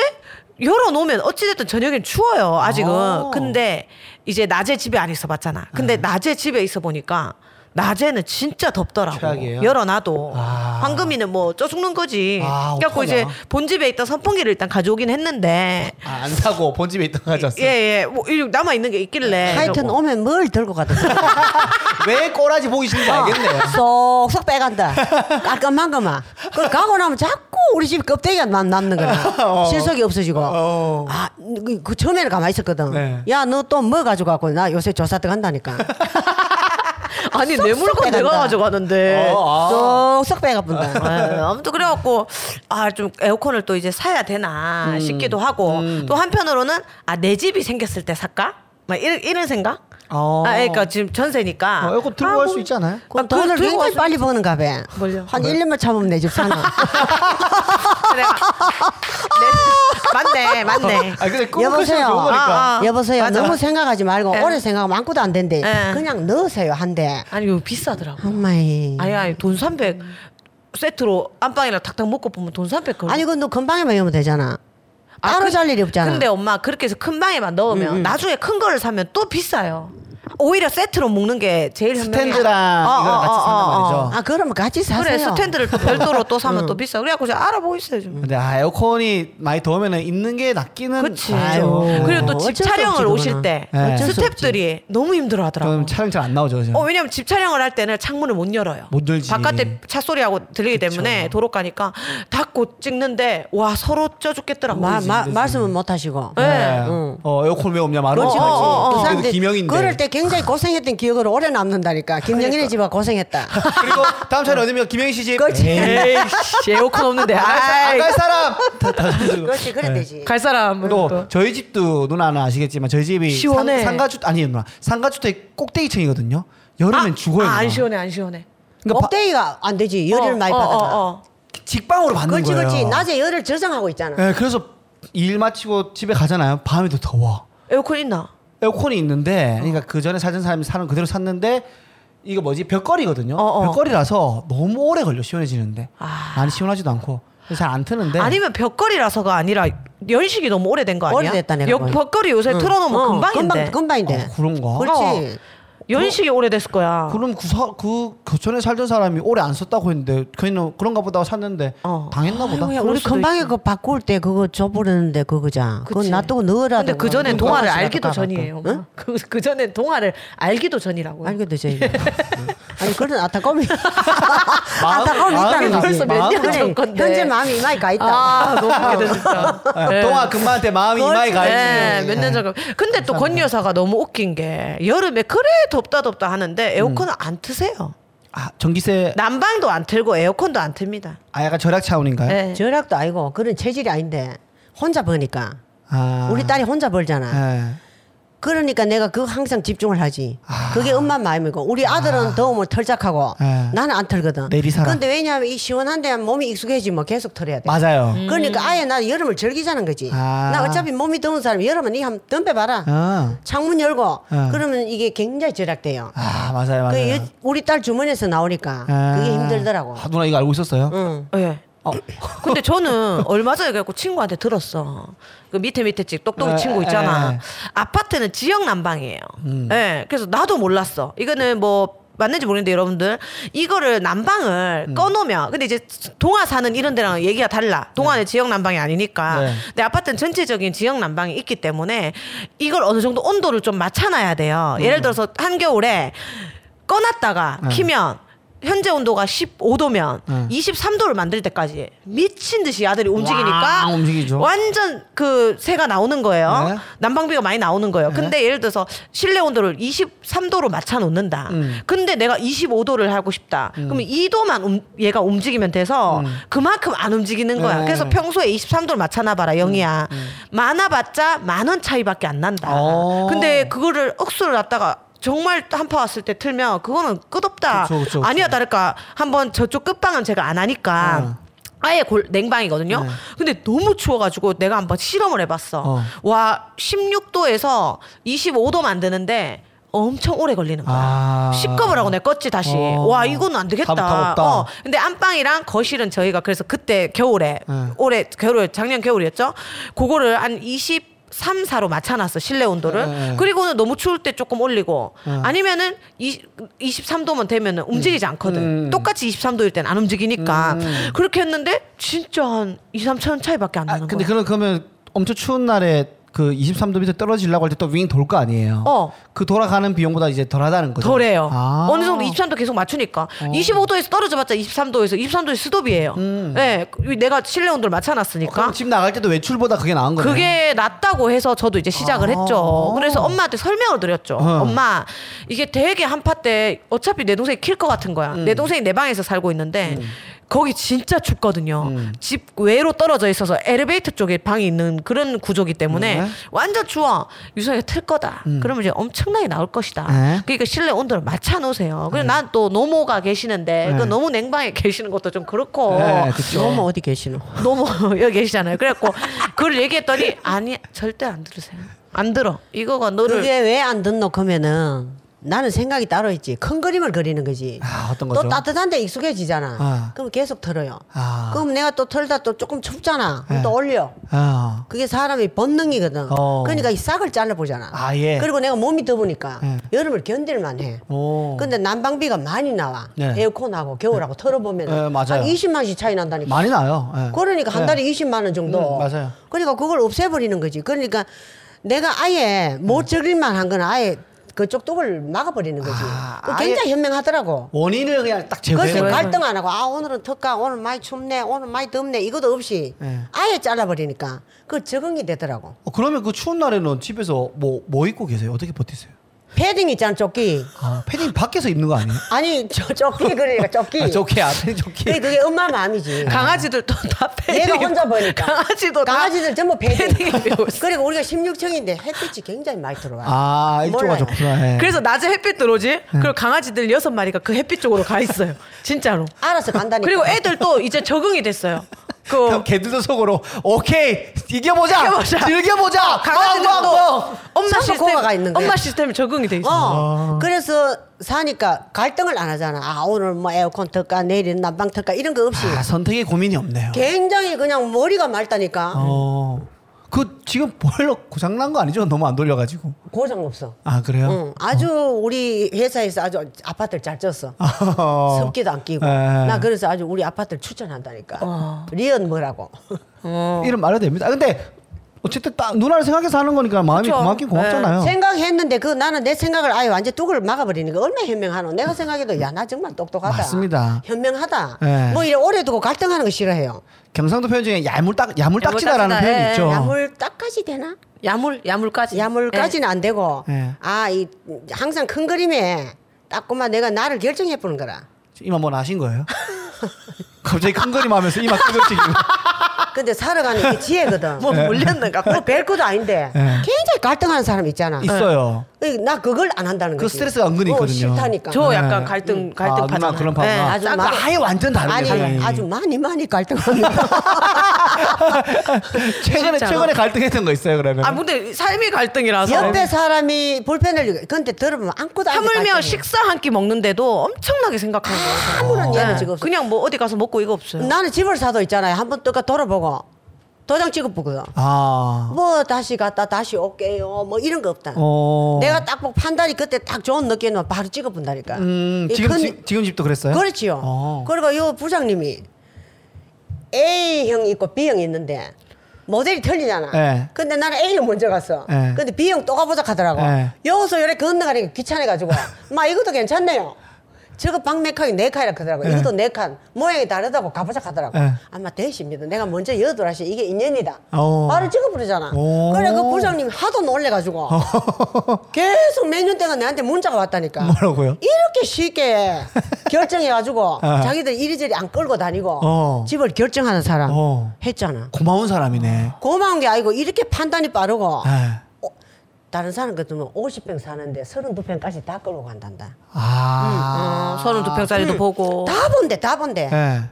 열어놓으면 어찌됐든 저녁엔 추워요, 아직은. 어. 네. 근데 이제 낮에 집에 안 있어 봤잖아. 근데 낮에 집에 있어 보니까 낮에는 진짜 덥더라고. 최악이에요? 열어놔도 아. 황금이는 뭐 쪄 죽는 거지. 아, 그래갖고 어떡하냐. 이제 본집에 있던 선풍기를 일단 가져오긴 했는데 아, 안 사고 본집에 있던 거 가져왔어. 예예 뭐 남아 있는 게 네. 있길래 하여튼 어, 이러고. 오면 뭘 들고 가든 왜 꼬라지 보기 싫은지 알겠네요. [laughs] 쏙쏙 빼간다. 깔끔한 거만. 그걸 가고 나면 자꾸 우리 집 껍데기가 남- [laughs] 남는 거야. 실속이 없어지고. 어. 아, 그, 그 처음에는 가만히 있었거든. 네. 야, 너 또 뭐 가져가고 나 요새 조사 들어간다니까. 아니 내 물건 빼간다. 내가 가져가는데 어, 아. 쏙쏙 빼가뿐다. 예, 아무튼 그래갖고 아 좀 에어컨을 또 이제 사야 되나 음. 싶기도 하고 또 한편으로는 아 내 집이 생겼을 때 살까? 막 이런, 이런 생각? 어. 아 그러니까 지금 전세니까 어, 에어컨 들고 갈수 뭐- 있지 않아요? 아, 그럼 돈을 그- 들고 굉장히 갈수 빨리 버는가 봐. 뭘요? 한 1년만 참으면 내 집 사나. 내가 [laughs] 네, 맞네, 맞네. 아, 근데 꿈 꾸시면 여보세요. 좋은 [laughs] 거니까. 아, 아. 여보세요. 맞아. 너무 생각하지 말고 예. 오래 생각하면 아무것도 안 된대. 예. 그냥 넣으세요, 한 대. 아니 이거 비싸더라고. 엄마이. 아니 아니 돈 300 세트로 안방이랑 탁탁 먹고 보면 돈 300 걸. 그 아니, 그건 너 건방에만 이면 되잖아. 따로 잘 일이 없잖아. 근데 엄마 그렇게 해서 큰 방에만 넣으면 음, 나중에 큰 거를 사면 또 비싸요. 오히려 세트로 먹는 게 제일 현명해요. 스탠드랑 어, 이거랑 어, 같이 어, 사는 어, 말이죠. 음. 어. 아, 그러면 같이 사세요. 그래 스탠드를 또 별도로 또 [laughs] 사면 또 비싸. 그래갖고 제가 알아보고 있어요 지금. 근데 아 에어컨이 많이 더우면은 있는 게 낫기는. 그치. 음. 아유. 그리고 또 집 어쩔 수 없지, 촬영을 그거는. 오실 때 네. 어쩔 수 스탭들이 너무 힘들어하더라고. 그럼 촬영 잘 안 나오죠. 지금. 어 왜냐면 집 촬영을 할 때는 창문을 못 열어요. 못 열지. 바깥에 차 소리하고 들리기 때문에 도로 가니까 닫고 찍는데 와 서로 쪄 죽겠더라고. 마, 마, 말씀은 못 하시고. 네. 응. 어 에어컨 왜 없냐 말은. 그렇지, 어, 그렇지. 어, 어, 그 어. 그래도 사람들이 김영인데. 그럴 때 굉장히 고생했던 기억을 오래 남는다니까. 그러니까. 김영인의 집아 고생했다. 그리고 다음 차례 어디면 김영희 씨 집. 그렇지. 에이 씨, 에어컨 없는데 아이, 안갈 사람. 다- 다- 그렇지, 그래 네. 되지. 갈 사람은 또 네, 또. 저희 집도 누나는 아시겠지만 저희 집이 시원해. 상, 가주 아니 누나 상가주택 꼭대기층이거든요. 여름엔 죽어요. 아, 안 누나. 시원해 안 시원해. 그러니까 바- 껍데기가 안 되지. 열을 어, 많이 어, 받아가. 어, 어. 직방으로 받는 그렇지, 거예요. 그렇지. 낮에 열을 저장하고 네. 있잖아. 예, 그래서 일 마치고 집에 가잖아요. 밤에 더 더워. 에어컨 있나? 에어컨이 있는데, 그러니까 그 전에 살던 사람이 사는 그대로 샀는데 이거 뭐지 벽걸이거든요. 어, 어. 벽걸이라서 너무 오래 걸려 시원해지는데 아. 안 시원하지도 않고 잘 안 트는데. 어, 아니면 벽걸이라서가 아니라 연식이 너무 오래된 거 아니야? 오래됐다, 내가 역- 보니. 벽걸이 요새 응. 틀어놓으면 뭐 어, 금방인데. 금방, 금방인데. 어, 그런가? 그렇지. 연식이 오래됐을 어, 거야. 그럼 그, 사, 그, 그 전에 살던 사람이 오래 안 썼다고 했는데 그냥 그런가 보다 샀는데 어. 당했나 보다. 아이고야, 그럴 우리 수도 금방에 있어. 그 바꿀 때 그거 줘버렸는데 그거자. 그건 그치. 놔두고 넣으라. 근데 그 전에 동화를 알기도 전이에요. 그, 그 전에 동화를 알기도 전이라고요. 알기도 전이. 예. [laughs] 아니 그런 안타까움이 [laughs] 마음- 안타까움이 마음이 있다는 거지. 벌써 몇년 그래, 전 건데. 현재 마음이 이마에 가 있다. 어. 아, 너무 웃기다, 진짜. 예, 동아 금마한테 마음이 이마에 가 네, 있지. 몇 년 전. 근데 또 권 여사가 너무 웃긴 게 여름에 그래 덥다 덥다 하는데 에어컨을 음. 안 트세요. 아 전기세 난방도 안 틀고 에어컨도 안 틉니다. 아 약간 절약 차원인가요? 네. 절약도 아니고 그런 체질이 아닌데 혼자 버니까 아 우리 딸이 혼자 벌잖아. 예. 그러니까 내가 그거 항상 집중을 하지. 그게 엄마 마음이고 우리 아들은 더움을 털짝하고 아. 나는 안 털거든. 내리사랑. 근데 왜냐하면 이 시원한 데면 몸이 익숙해지면 뭐 계속 털어야 돼. 맞아요. 음. 그러니까 아예 나 여름을 즐기자는 거지. 음. 아. 나 어차피 몸이 더운 사람 여름은 이 한번 덤벼봐라. 아, 창문 열고 아. 그러면 이게 굉장히 절약돼요. 아 맞아요 맞아요. 그 여- 우리 딸 주머니에서 나오니까 아. 그게 힘들더라고. 아, 누나 이거 알고 있었어요? 응. 예. 근데 저는 얼마 전에 그래갖고 친구한테 들었어. 그 밑에 밑에 집 똑똑이 에, 친구 에, 에. 있잖아. 아파트는 지역 난방이에요. 예. 그래서 나도 몰랐어. 이거는 뭐 맞는지 모르는데 여러분들 이거를 난방을 꺼놓으면 근데 이제 동아 사는 이런 데랑 얘기가 달라. 동아는 지역 난방이 아니니까. 네. 근데 아파트는 전체적인 지역 난방이 있기 때문에 이걸 어느 정도 온도를 좀 맞춰놔야 돼요. 예를 들어서 한겨울에 꺼놨다가 네. 키면 현재 온도가 15도면 네. 23도를 만들 때까지 미친 듯이 아들이 움직이니까 왕 움직이죠. 완전 그 새가 나오는 거예요. 네. 난방비가 많이 나오는 거예요. 근데 예를 들어서 실내 온도를 23도로 맞춰 놓는다. 음. 근데 내가 25도를 하고 싶다. 그러면 2도만 얘가 움직이면 돼서 음. 그만큼 안 움직이는 거야. 네. 음, 그래서 평소에 23도를 맞춰 놔 봐라. 영이야. 많아봤자 만 원 차이밖에 안 난다. 어. 근데 그거를 억수로 놨다가 정말 한파 왔을 때 틀면 그거는 끝없다. 그쵸, 그쵸, 그쵸. 아니야 다를까 한번 저쪽 끝방은 제가 안 어. 하니까 아예 골- 냉방이거든요. 근데 너무 추워가지고 내가 한번 실험을 해봤어. 네. 어. 와 16도에서 25도 만드는데 엄청 오래 걸리는 거야. 아. 식겁을 하고 내가 껐지 다시. 어. 와 이건 안 되겠다. 답답하다. 어, 근데 안방이랑 거실은 저희가 그래서 그때 겨울에 네. 올해 겨울 작년 겨울이었죠. 그거를 한 20. 3, 4로 맞춰놨어 실내 온도를. 네. 그리고는 너무 추울 때 조금 올리고 아니면은 이, 23도만 되면은 움직이지 음. 않거든. 똑같이 23도일 땐 안 움직이니까 그렇게 했는데 진짜 한 2, 3천 차이밖에 안 아, 나는 근데 거야. 그러, 그러면 엄청 추운 날에 그 23도 밑에 떨어지려고 할 때 또 윙 돌 거 아니에요? 어. 그 돌아가는 비용보다 이제 덜하다는 거죠. 덜해요. 아. 어. 어느 정도 23도 계속 맞추니까 25도에서 떨어져봤자 23도에서 23도의 수도비예요. 네, 그 내가 실내 온도를 맞춰놨으니까 음. 어, 그럼 집 나갈 때도 외출보다 그게 나은 거예요. 그게 낫다고 해서 저도 이제 아. 시작을 했죠. 그래서 엄마한테 설명을 드렸죠. 어. 엄마, 이게 되게 한파 때 어차피 내 동생이 킬 것 같은 거야. 음. 내 동생이 내 방에서 살고 있는데 거기 진짜 춥거든요. 음. 집 외로 떨어져 있어서 엘리베이터 쪽에 방이 있는 그런 구조기 때문에 네. 음. 완전 추워. 유성이가 틀 거다. 그러면 이제 엄청나게 나올 것이다. 네. 그러니까 실내 온도를 맞춰 놓으세요. 그리고 난 또 노모가 계시는데 그 너무 냉방에 [laughs] 계시는 것도 좀 그렇고 네, 그쵸. 너무 어디 계시노? 너무 [laughs] 여기 계시잖아요. 그래갖고 그걸 얘기했더니 아니 절대 안 들으세요. 안 들어. 이거가 너를 네. 그게 왜 안 듣노? 그러면은 나는 생각이 따로 있지. 큰 그림을 그리는 거지. 아, 어떤 거죠? 또 따뜻한 데 익숙해지잖아. 아. 그럼 계속 털어요. 아. 그럼 내가 또 털다 또 조금 춥잖아. 그럼 예. 또 올려. 아. 그게 사람의 본능이거든. 어. 그러니까 이 싹을 잘라보잖아. 아, 예. 그리고 내가 몸이 더우니까 예. 여름을 견딜만 해. 오. 근데 난방비가 많이 나와. 어. 네. 에어컨하고 겨울하고 털어보면 예, 은 맞아요. 한 20만씩 차이 난다니까. 많이 나요. 예. 그러니까 한 예. 달에 20만 원 정도. 음, 맞아요. 그러니까 그걸 없애버리는 거지. 그러니까 내가 아예 못 적릴만 한 건 아예 그쪽 뚝을 막아버리는 거지. 아, 그거 굉장히 현명하더라고. 원인을 그냥 딱 제거해. 그렇죠. 그래서 갈등 안 하고 아 오늘은 덥까 오늘 많이 춥네 오늘 많이 덥네 이것도 없이 네. 아예 잘라버리니까 그 적응이 되더라고. 어, 그러면 그 추운 날에는 집에서 뭐, 뭐 입고 계세요? 어떻게 버티세요? 패딩 있잖아 조끼. 아, 패딩 밖에서 입는 거 아니에요? 아니 저 조끼 그러니까 네. 조끼. 아, 좋게야, 패딩 그게, 좋게. 그게 엄마 마음이지. 강아지들도 [laughs] 다 패딩. 얘가 혼자 보니까. 강아지도 다 강아지들 전부 패딩. [laughs] 패딩 입고 있어. 그리고 우리가 16층인데 햇빛이 굉장히 많이 들어와. 아, 이쪽가 몰라요. 좋구나. 예. 그래서 낮에 햇빛 들어오지. 네. 그리고 강아지들 여섯 마리가 그 햇빛 쪽으로 가 있어요. 진짜로. 알아서 간다니까. 어. 그리고 애들 또 이제 적응이 됐어요. 그 그럼 걔들도 속으로 오케이 이겨보자, 이겨보자. 어, 즐겨보자. 강아지들도 엄마 서로 고아가 있는 시스템 거야. 엄마 시스템이 적응이 돼 있어. 어. 그래서 사니까 갈등을 안 하잖아. 아, 오늘 뭐 에어컨 틀까, 내일은 난방 틀까, 이런 거 없이. 아, 선택에 고민이 없네요. 굉장히 그냥 머리가 맑다니까. 어, 그 지금 별로 고장 난 거 아니죠? 너무 안 돌려가지고. 고장 없어. 아 그래요? 응. 아주 우리 회사에서 아주 아파트를 잘 쪘어. 어. 습기도 안 끼고. 예. 어. 나 그래서 아주 우리 아파트를 추천한다니까. 리언 뭐라고. 어. 이름 말해도 됩니다. 아, 근데 어쨌든 딱 누나를 생각해서 하는 거니까 마음이 그쵸. 네. 고맙긴 고맙잖아요. 생각했는데 그 나는 내 생각을 아예 완전 뚝을 막아버리는 거 얼마나 현명하노. 내가 생각해도 야, 나 정말 똑똑하다. 맞습니다. 현명하다. 예. 뭐 이래 오래 두고 갈등하는 거 싫어해요. 경상도 표현 중에 야물딱 야물딱지다라는 야물딱지다. 표현이 예, 있죠. 야물 딱까지 되나? 야물 야물까지. 야물까지는 안 되고 예. 아 이 항상 큰 그림에 딱꼬마 내가 나를 결정해 보는 거라. 이마 뭐 나신 거예요? [laughs] 갑자기 큰 그림 하면서 이마 [laughs] 끄덕지기. 근데 살아가는 게 지혜거든. 뭐 물렸는가? 뭐 별것도 아닌데 예. 굉장히 갈등하는 사람 있잖아. 있어요. 이- 나 그걸 안 한다는 그 거지. 스트레스가 은근히 어, 있거든요. 싫다니까. 저 약간 네. 갈등 아, 갈등 누나 파잖아요. 그런 파구나. 예, 아주 딱 막- 아예 완전 다른데 아니 사람이. 아주 많이 많이 갈등합니다. [laughs] 최근에 진짜로. 최근에 갈등했던 거 있어요 그러면? 아 근데 삶이 갈등이라서 옆에 사람이 불편을 근데 들으면 아무것도 안 하물며 갈등이야. 식사 한 끼 먹는데도 엄청나게 생각하는 거예요. 아무런 예는 지금 없어. 그냥 뭐 어디 가서 먹고 이거 없어요. 나는 집을 사도 있잖아요. 한번 뜨가 돌아보고 도장 찍어보거든. 아. 뭐 다시 갔다 다시 올게요. 뭐 이런 거 없다. 어. 내가 딱 뭐 판단이 그때 딱 좋은 느낌이면 바로 찍어본다니까. 음, 이 지금 큰- 지, 지금 집도 그랬어요? 그렇지요. 어. 그리고 요 부장님이 A형 있고 B형 있는데 모델이 틀리잖아. 예. 근데 나는 A형 먼저 갔어. 예. 근데 B형 또 가보자 하더라고. 예. 여기서 요래 건너가니까 [laughs] 귀찮아가지고. 막 이것도 괜찮네요. 저거 방맥하기 네 칸이라 그러더라고. 예. 이것도 네 칸. 모양이 다르다고 가보자 하더라고. 예. 아마 대십니다. 내가 먼저 여드라시 이게 인연이다. 오. 바로 찍어 부르잖아. 오. 어. 그래 그 부장님이 하도 놀래가지고 계속 몇 년 동안 나한테 문자가 왔다니까. [laughs] 뭐라고요? [laughs] 이렇게 쉽게 결정해가지고 아. 자기들 이리저리 안 끌고 다니고 어. 집을 결정하는 사람 어. 했잖아. 고마운 사람이네. 고마운 게 아니고 이렇게 판단이 빠르고 어, 예. 다른 사람 같은 경우 50평 사는데 32평까지 다 끌고 간단다. 아. 어, 음. 서른 두 평짜리도 보고. 다 본대 다 본대. 예.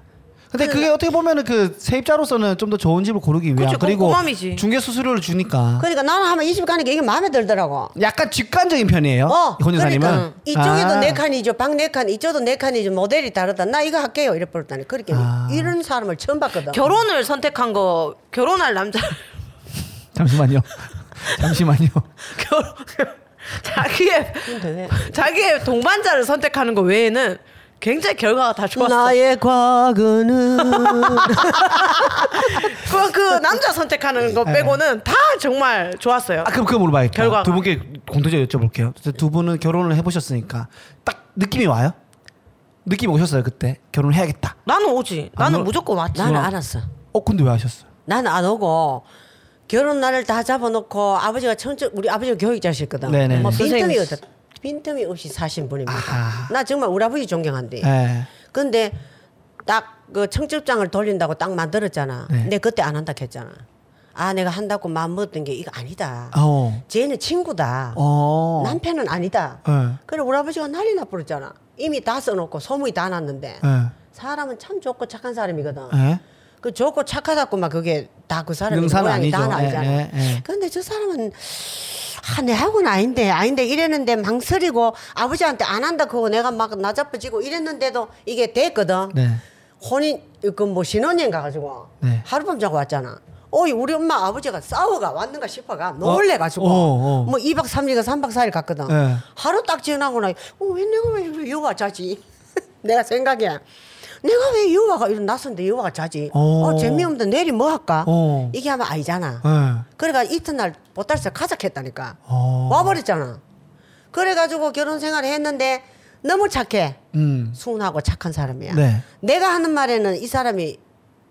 근데 그게 어떻게 보면은 그 세입자로서는 좀 더 좋은 집을 고르기 위한 그쵸, 그 그건 리고 고마움이지. 중개 수수료를 주니까 그러니까 나는 한번 이 집 가는 게 이게 마음에 들더라고. 약간 직관적인 어? 편이에요. 어, 혼유사님은 그러니까 이쪽에도 아. 네 칸이죠, 방 네 칸, 이쪽도 네 칸이죠, 모델이 다르다. 나 이거 할게요, 이래 버렸다니. 그렇게 아. 이런 사람을 처음 봤거든. 결혼을 선택한 거 결혼할 남자 잠시만요. [laughs] 잠시만요. [laughs] 결- 자기의 근데 왜? 자기의 동반자를 선택하는 것 외에는 굉장히 결과가 다 좋았어. 나의 과거는 그, 그 남자 선택하는 네. 거 빼고는 다 정말 좋았어요. 아 그럼 그거 물어봐요. 결과가. 두 분께 공통적으로 여쭤볼게요. 두 분은 결혼을 해보셨으니까 딱 느낌이 와요? 느낌 오셨어요 그때 결혼을 해야겠다. 나는 오지. 나는 아니요. 무조건 왔지. [laughs] 나는 알았어. 어 근데 왜 하셨어요? 난 안 오고 결혼 날을 다 잡아놓고 아버지가 청주 우리 아버지가 교육자셨거든. 네네. 뭐 빈틈이 선생님. 없 빈틈이 없이 사신 분입니다. 아하. 나 정말 우리 아버지 존경한대. 예. 근데 딱 그 청첩장을 돌린다고 딱 만들었잖아. 네. 근데 그때 안 한다 했잖아. 아 내가 한다고 마음 먹었던 게 이거 아니다. 어. 쟤는 친구다. 어. 남편은 아니다. 예. 그래 우리 아버지가 난리 나버렸잖아. 이미 다 써놓고 소문이 다 났는데 예. 사람은 참 좋고 착한 사람이거든. 예. 그 좋고 착하다고 막 그게 다 그 사람이 능사는 모양이 다 아니죠. 예, 나잖아. 예, 예. 근데 저 사람은 아, 내 하고는 아닌데 아닌데 이랬는데 망설이고 아버지한테 안 한다 그거 내가 막 나자빠지고 이랬는데도 이게 됐거든. 네. 혼인 그 뭐 신혼여행 가가지고 네. 하룻밤 자고 왔잖아. 어이 우리 엄마 아버지가 싸워가 왔는가 싶어가 놀래가지고 어, 어. 뭐 2박 3일과 3박 4일 갔거든. 네. 하루 딱 지나고 어, 나왜 내가 왜 여와 자지? [laughs] 내가 생각에 내가 왜 여와가 이런 낯선데 여와가 자지? 어. 어, 재미없는데 내일 뭐 할까? 어. 이게 아마 아니잖아. 예. 그래가 이튿날 보따리서 가작했다니까 어. 와버렸잖아. 그래가지고 결혼 생활을 했는데 너무 착해. 음. 순하고 착한 사람이야. 네. 내가 하는 말에는 이 사람이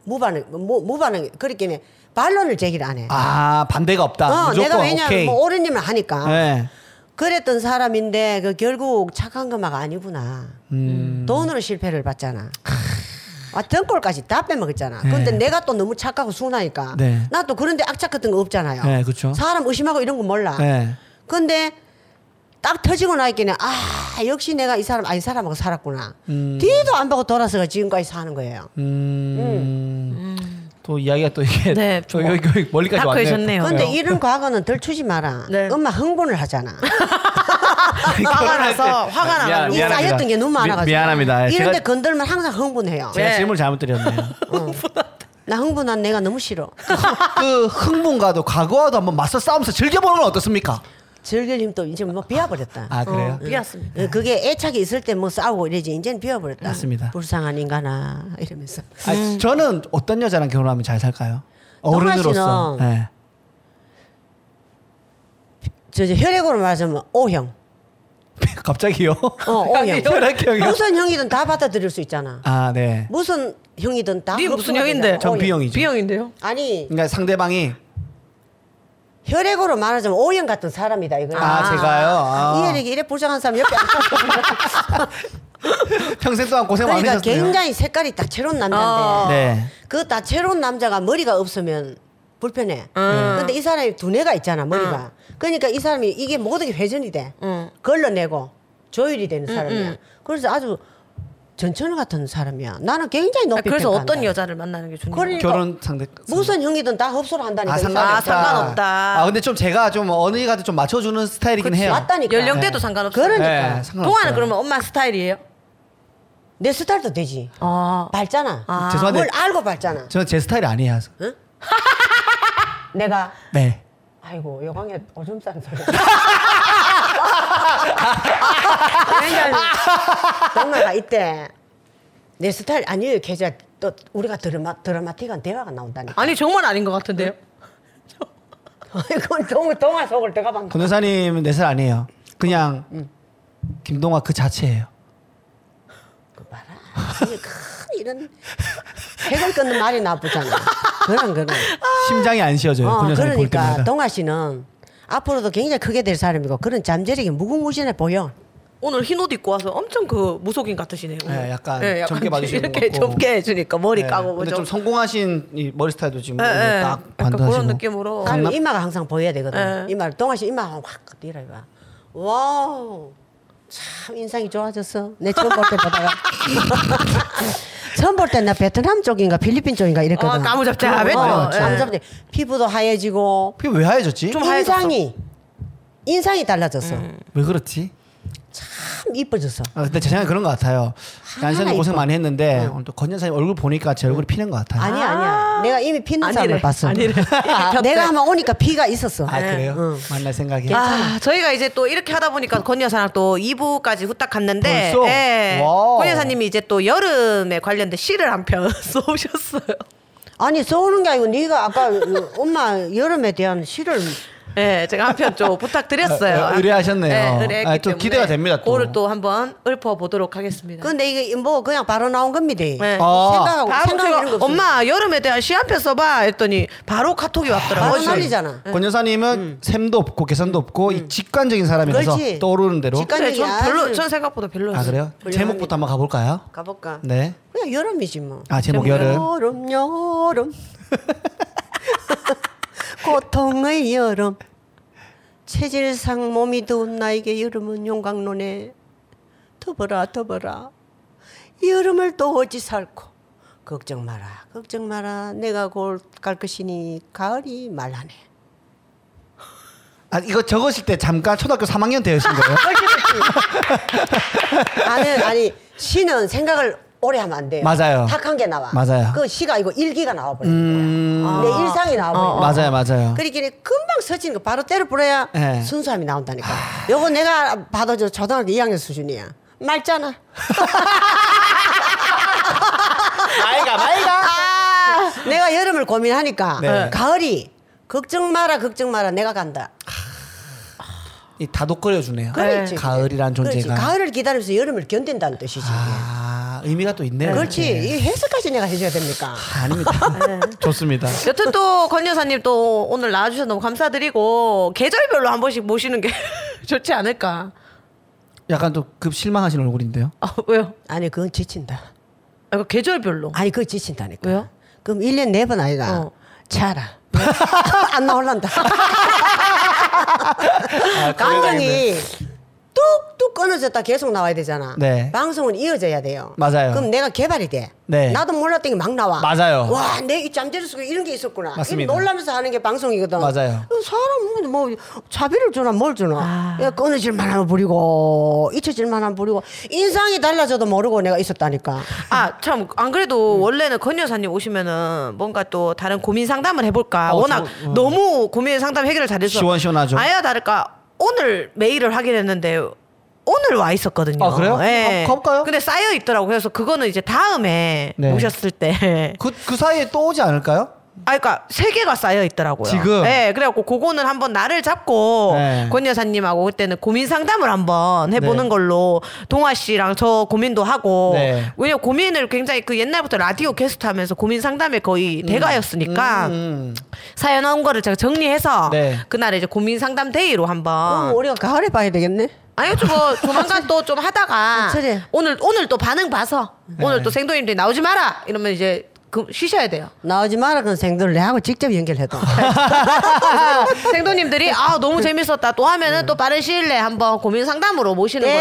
무반응, 무, 무반응, 그렇기 때문에 반론을 제기를 안 해. 아 반대가 없다. 어, 무조건 내가 왜냐면 오케이. 뭐 옳은 일을 하니까. 예. 그랬던 그랬던 사람인데 그 결국 착한 거막 아니구나. 음. 돈으로 실패를 봤잖아. 아, 등골까지 다 빼먹었잖아. 근데 네. 내가 또 너무 착하고 순하니까. 네. 나 또 그런데 악착 같은 거 없잖아요. 네, 그쵸. 사람 의심하고 이런 거 몰라. 예. 근데 딱 터지고 나니까는 아 역시 내가 이 사람 아이 사람하고 살았구나. 뒤도 안 보고 돌아서가 지금까지 사는 거예요. 음. 또 이야기가 [laughs] 또 이게 네, 저 여기, 여기 멀리까지 왔네요. 다크해졌네요. 근데 이런 과거는 덜추지 마라. 네. 엄마 흥분을 [laughs] 하잖아. 화가 나서 화가 아, 미안, 나가지고 이 미안합니다. 쌓였던 게 눈만 미- 안아가지고. 미안합니다. 예, 이런데 제가- 건들면 항상 흥분해요. 제가 네. 질문 잘못 [laughs] 드렸네요. 나 흥분한 내가 너무 싫어. 그 흥분과도 과거와도 한번 맞서 싸움서 즐겨보는 건 어떻습니까? 즐길 힘도 이제 뭐 비워버렸다. 아 그래요? 어, 삐었습니다. 어, 그게 애착이 있을 때 뭐 싸우고 이러지 이제는 비워버렸다. 맞습니다. 불쌍한 인간아 이러면서. 아니, 음. 저는 어떤 여자랑 결혼하면 잘 살까요? 어른으로서. 동아 예. 저, 저 혈액으로 말하자면 O형. [laughs] 갑자기요? [laughs] 어, O형. 혈액형이요? 무슨 형이든 다 받아들일 수 있잖아. 아 네. 무슨 형이든 다. 네 흡수가 무슨 형인데? 되잖아. 어, 전 O형. B형이죠. B형인데요. 아니 그러니까 상대방이 혈액으로 말하자면 O형 같은 사람이다 이거. 아, 제가요. 아. 이혈액이 이래 불쌍한 사람 옆에 안 평생 동안 고생 그러니까 [laughs] 많으셨네요. 굉장히 색깔이 다채로운 남자인데 어. 네. 그 다채로운 남자가 머리가 없으면 불편해. 음. 네. 근데 이 사람이 두뇌가 있잖아 머리가. 그러니까 이 사람이 이게 모든 게 회전이 돼. 음. 걸러내고 조율이 되는 사람이야. 그래서 아주 전천후 같은 사람이야. 나는 굉장히 높이 아, 그래서 평가한다. 어떤 여자를 만나는 게 좋냐? 그러니까 결혼 상대. 무슨 형이든 다 흡수를 한다니까. 아 이 사람이. 상관없다. 아, 상관없다. 아, 근데 좀 제가 좀 어느이가 좀 맞춰주는 스타일이긴 해요. 왔다니까. 연령대도 네. 상관없어. 그러니까. 네, 상관없어요. 동아는 그러면 엄마 스타일이에요? 내 스타일도 되지. 아. 밝잖아. 아. 죄송한데- 뭘 알고 밝잖아. 저는 제 스타일이 아니에요. 내가 네. 아이고 여광에 오줌 싼 소리. [laughs] 아, 왜냐면 동아가 이때 내 스타일 아니에요. 계좌 또 우리가 드라마 드라마틱한 대화가 [laughs] 나온다니까. 아니 정말 아닌 것 같은데요. 이건 [laughs] 동아 동아 속을 내가 방. 권 여사님 내 스타일 아니에요. 그냥 김동화 그 자체예요. 그 봐라. 이게 큰 이런 핵을 끊는 말이 나쁘잖아. 그런 그런. 심장이 안 쉬어져요. 어, 권 네, 여사님 볼 그러니까 때마다. 동아 씨는 앞으로도 굉장히 크게 될 사람이고 그런 잠재력이 무궁무진해 보여. 오늘 흰 옷 입고 와서 엄청 그 무속인 같으시네요. 오늘. 네, 약간 젊게 봐주시는 것 이렇게 같고. 젊게 해주니까 머리 네. 까고 근데 그죠? 좀 성공하신 이 머리 스타일도 지금 예, 예. 오늘 딱 약간 반도하시고. 그런 느낌으로. 나는 이마가 항상 보여야 되거든. 네. 이마 동아 씨 이마 확 뛰라 이봐. 와우. 참 인상이 좋아졌어. 내 처음 볼 때보다가. [laughs] 처음 볼 때 나 베트남 쪽인가 필리핀 쪽인가 이랬거든. 아, 까무잡잡했죠. 어, 예. 까무잡잡. 피부도 하얘지고 그게 왜 하얘졌지? 좀 하얘졌어. 음. 인상이 인상이 달라졌어. 왜 그렇지? 참 이뻐졌어. 아, 근데 제 생각에 그런 것 같아요. 하나하나 얀센도 고생 이뻐. 많이 했는데 오늘 또권 여사님 얼굴 보니까 제 얼굴이 피는 것 같아요. 아니야 아니야. 내가 이미 피는 아니래. 사람을 봤어. 아니래. [laughs] 내가 한번 오니까 피가 있었어. 아 그래요? 만날 생각이. 아, 저희가 이제 또 이렇게 하다 보니까 권 여사랑 또 2부까지 후딱 갔는데, 그 벌써? 예. 와우. 권 여사님이 이제 또 여름에 관련된 시를 한 편 [laughs] 써오셨어요. 아니 써오는 게 아니고 네가 아까 그 엄마 여름에 대한 시를 예, 제가 한 편 [laughs] 좀 부탁드렸어요. 어, 어, 의뢰하셨네요. 예, 의뢰했기 아, 좀 때문에 기대가 됩니다, 또. 오늘 또 한번 읊어보도록 하겠습니다. 근데 이게 뭐 그냥 바로 나온 겁니다. 뭐 네. 아. 생각하고 다음 생각 이런 거 주에 없어. 엄마 여름에 대한 시 한 편 써봐 했더니 바로 카톡이 아, 바로 왔더라고요. 네, 난리잖아. 권 여사님은 샘도 없고 계산도 없고 이 직관적인 사람이라서 그렇지. 떠오르는 대로. 직관- 근데 전 별로 아주- 전 생각보다 별로였어요. 네. 아 그래요? 제목부터 한번 가볼까요? 가볼까? 네. 그냥 여름이지 뭐. 아 제목 여름. [laughs] 여름 여름 고통의 여름 체질상 몸이 더운 나에게 여름은 용광로네 더버라 더버라 여름을 또 어찌 살고 걱정 마라 걱정 마라 내가 곧 갈 것이니 가을이 말라네 아 이거 적으실 때 잠깐 초등학교 3학년 [laughs] 되신 거예요? 아니 아니 시는 생각을 오래 하면 안 돼요 맞아요. 탁한 게 나와 맞아요. 그 시가 이거 일기가 나와버리는 음. 어, 거야 내 일상이 나와버리는 거야 맞아요, 맞아요. 그러기에 금방 서지는 거 바로 때려 뿌려야 예. 아. 순수함이 나온다니까. 요거 내가 봐도 저 초등학교 2학년 수준이야. 맑잖아. 말가 말가. 내가 여름을 고민하니까 네. 가을이 걱정 마라 걱정 마라 내가 간다. 이 다독거려 주네요. 그렇지. 가을이란 그렇지. 존재가. 가을을 기다리면서 여름을 견딘다는 뜻이지. 아 의미가 또 있네요. 그렇지. 네. 이 네. 해석까지 내가 해줘야 됩니까? [laughs] 아닙니다. 좋습니다. 여튼 또 권 여사님 또 오늘 나와주셔서 너무 감사드리고 계절별로 한 번씩 모시는 게 [laughs] 좋지 않을까? 약간 또 급 실망하신 얼굴인데요. 아, 왜요? 아니 그건 지친다. 아, 이거 계절별로. 아니 그건 지친다니까. 왜요? 그럼 1년 4번 아이가 어. 자라. [laughs] 안 나올란다. 아, 감정이 뚝뚝 끊어졌다 계속 나와야 되잖아. 네. 방송은 이어져야 돼요. 맞아요. 그럼 내가 개발이 돼. 네. 나도 몰랐던 게 막 나와. 맞아요. 와, 내 이 잠재력 속에 이런 게 있었구나. 맞습니다. 이거 놀라면서 하는 게 방송이거든. 맞아요. 사람은 뭐 자비를 주나 뭘 주나. 아. 야, 끊어질 만한 부리고 잊혀질 만한 부리고 인상이 달라져도 모르고 내가 있었다니까. 아 참 안 그래도 원래는 권 여사님 오시면은 뭔가 또 다른 고민 상담을 해볼까 어, 워낙 저, 어. 너무 고민 상담 해결을 잘해서 시원시원하죠. 아야 다를까 오늘 메일을 하긴 했는데 오늘 와 있었거든요. 아, 그래요? 예. 가- 가볼까요? 근데 쌓여 있더라고. 그래서 그거는 이제 다음에 네. 오셨을 [laughs] 때. 그, 그 사이에 또 오지 않을까요? 아, 그니까, 세 개가 쌓여 있더라고요. 지금? 예, 그래갖고, 그거는 한번 날을 잡고, 네. 권 여사님하고 그때는 고민 상담을 한번 해보는 네. 걸로, 동아 씨랑 저 고민도 하고, 네. 왜냐면 고민을 굉장히 그 옛날부터 라디오 게스트 하면서 고민 상담에 거의 대가였으니까, 음. 사연 나온 거를 제가 정리해서, 네. 그날에 이제 고민 상담 데이로 아. 한번. 그럼 우리가 가을에 봐야 되겠네. 아니요, 저거 뭐 조만간 또 좀 하다가 [laughs] 아, 그래. 오늘 오늘 또 반응 봐서 네. 오늘 또 생도님들이 나오지 마라 이러면 이제 그 쉬셔야 돼요. 나오지 마라 그런 생들을 내하고 [laughs] 직접 연결해도. 생도님들이 아 네. 너무 재밌었다 또 하면은 또 빠른 시일 내에 한번 고민 상담으로 모시는 걸로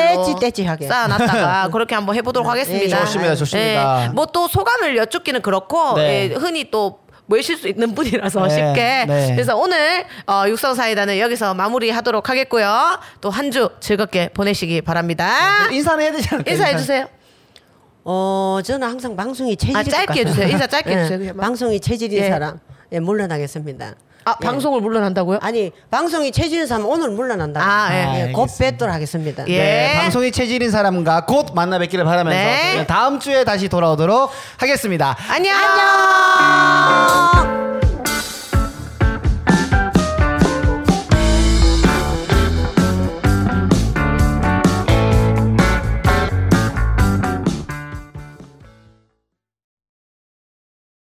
[laughs] 떼찌떼찌하게. 쌓아놨다가 그렇게 한번 해보도록 하겠습니다. 네. 예, 네. 좋습니다, 좋습니다. 뭐또 소감을 여쭙기는 그렇고 예, 네. 흔히 또 모실 수 있는 분이라서 네, 쉽게 네. 그래서 오늘 어, 육성사이다는 여기서 마무리하도록 하겠고요. 또 한 주 즐겁게 보내시기 바랍니다. 인사는 해야 되지 않을까요? 인사해 주세요. 어, 저는 항상 방송이 체질인 아, 것 짧게 같아요. 해주세요. 인사 짧게 예, 해주세요, 그냥. 방송이 체질인 예. 사람 예, 물러나겠습니다. 아 방송을 물러난다고요? 네. 아니 방송이 체질인 사람 오늘 물러난다. 아, 예. 아, 곧 알겠습니다. 뵙도록 하겠습니다. 예. 네, 방송이 체질인 사람과 곧 만나 뵙기를 바라면서 네. 저희는 다음 주에 다시 돌아오도록 하겠습니다. 안녕.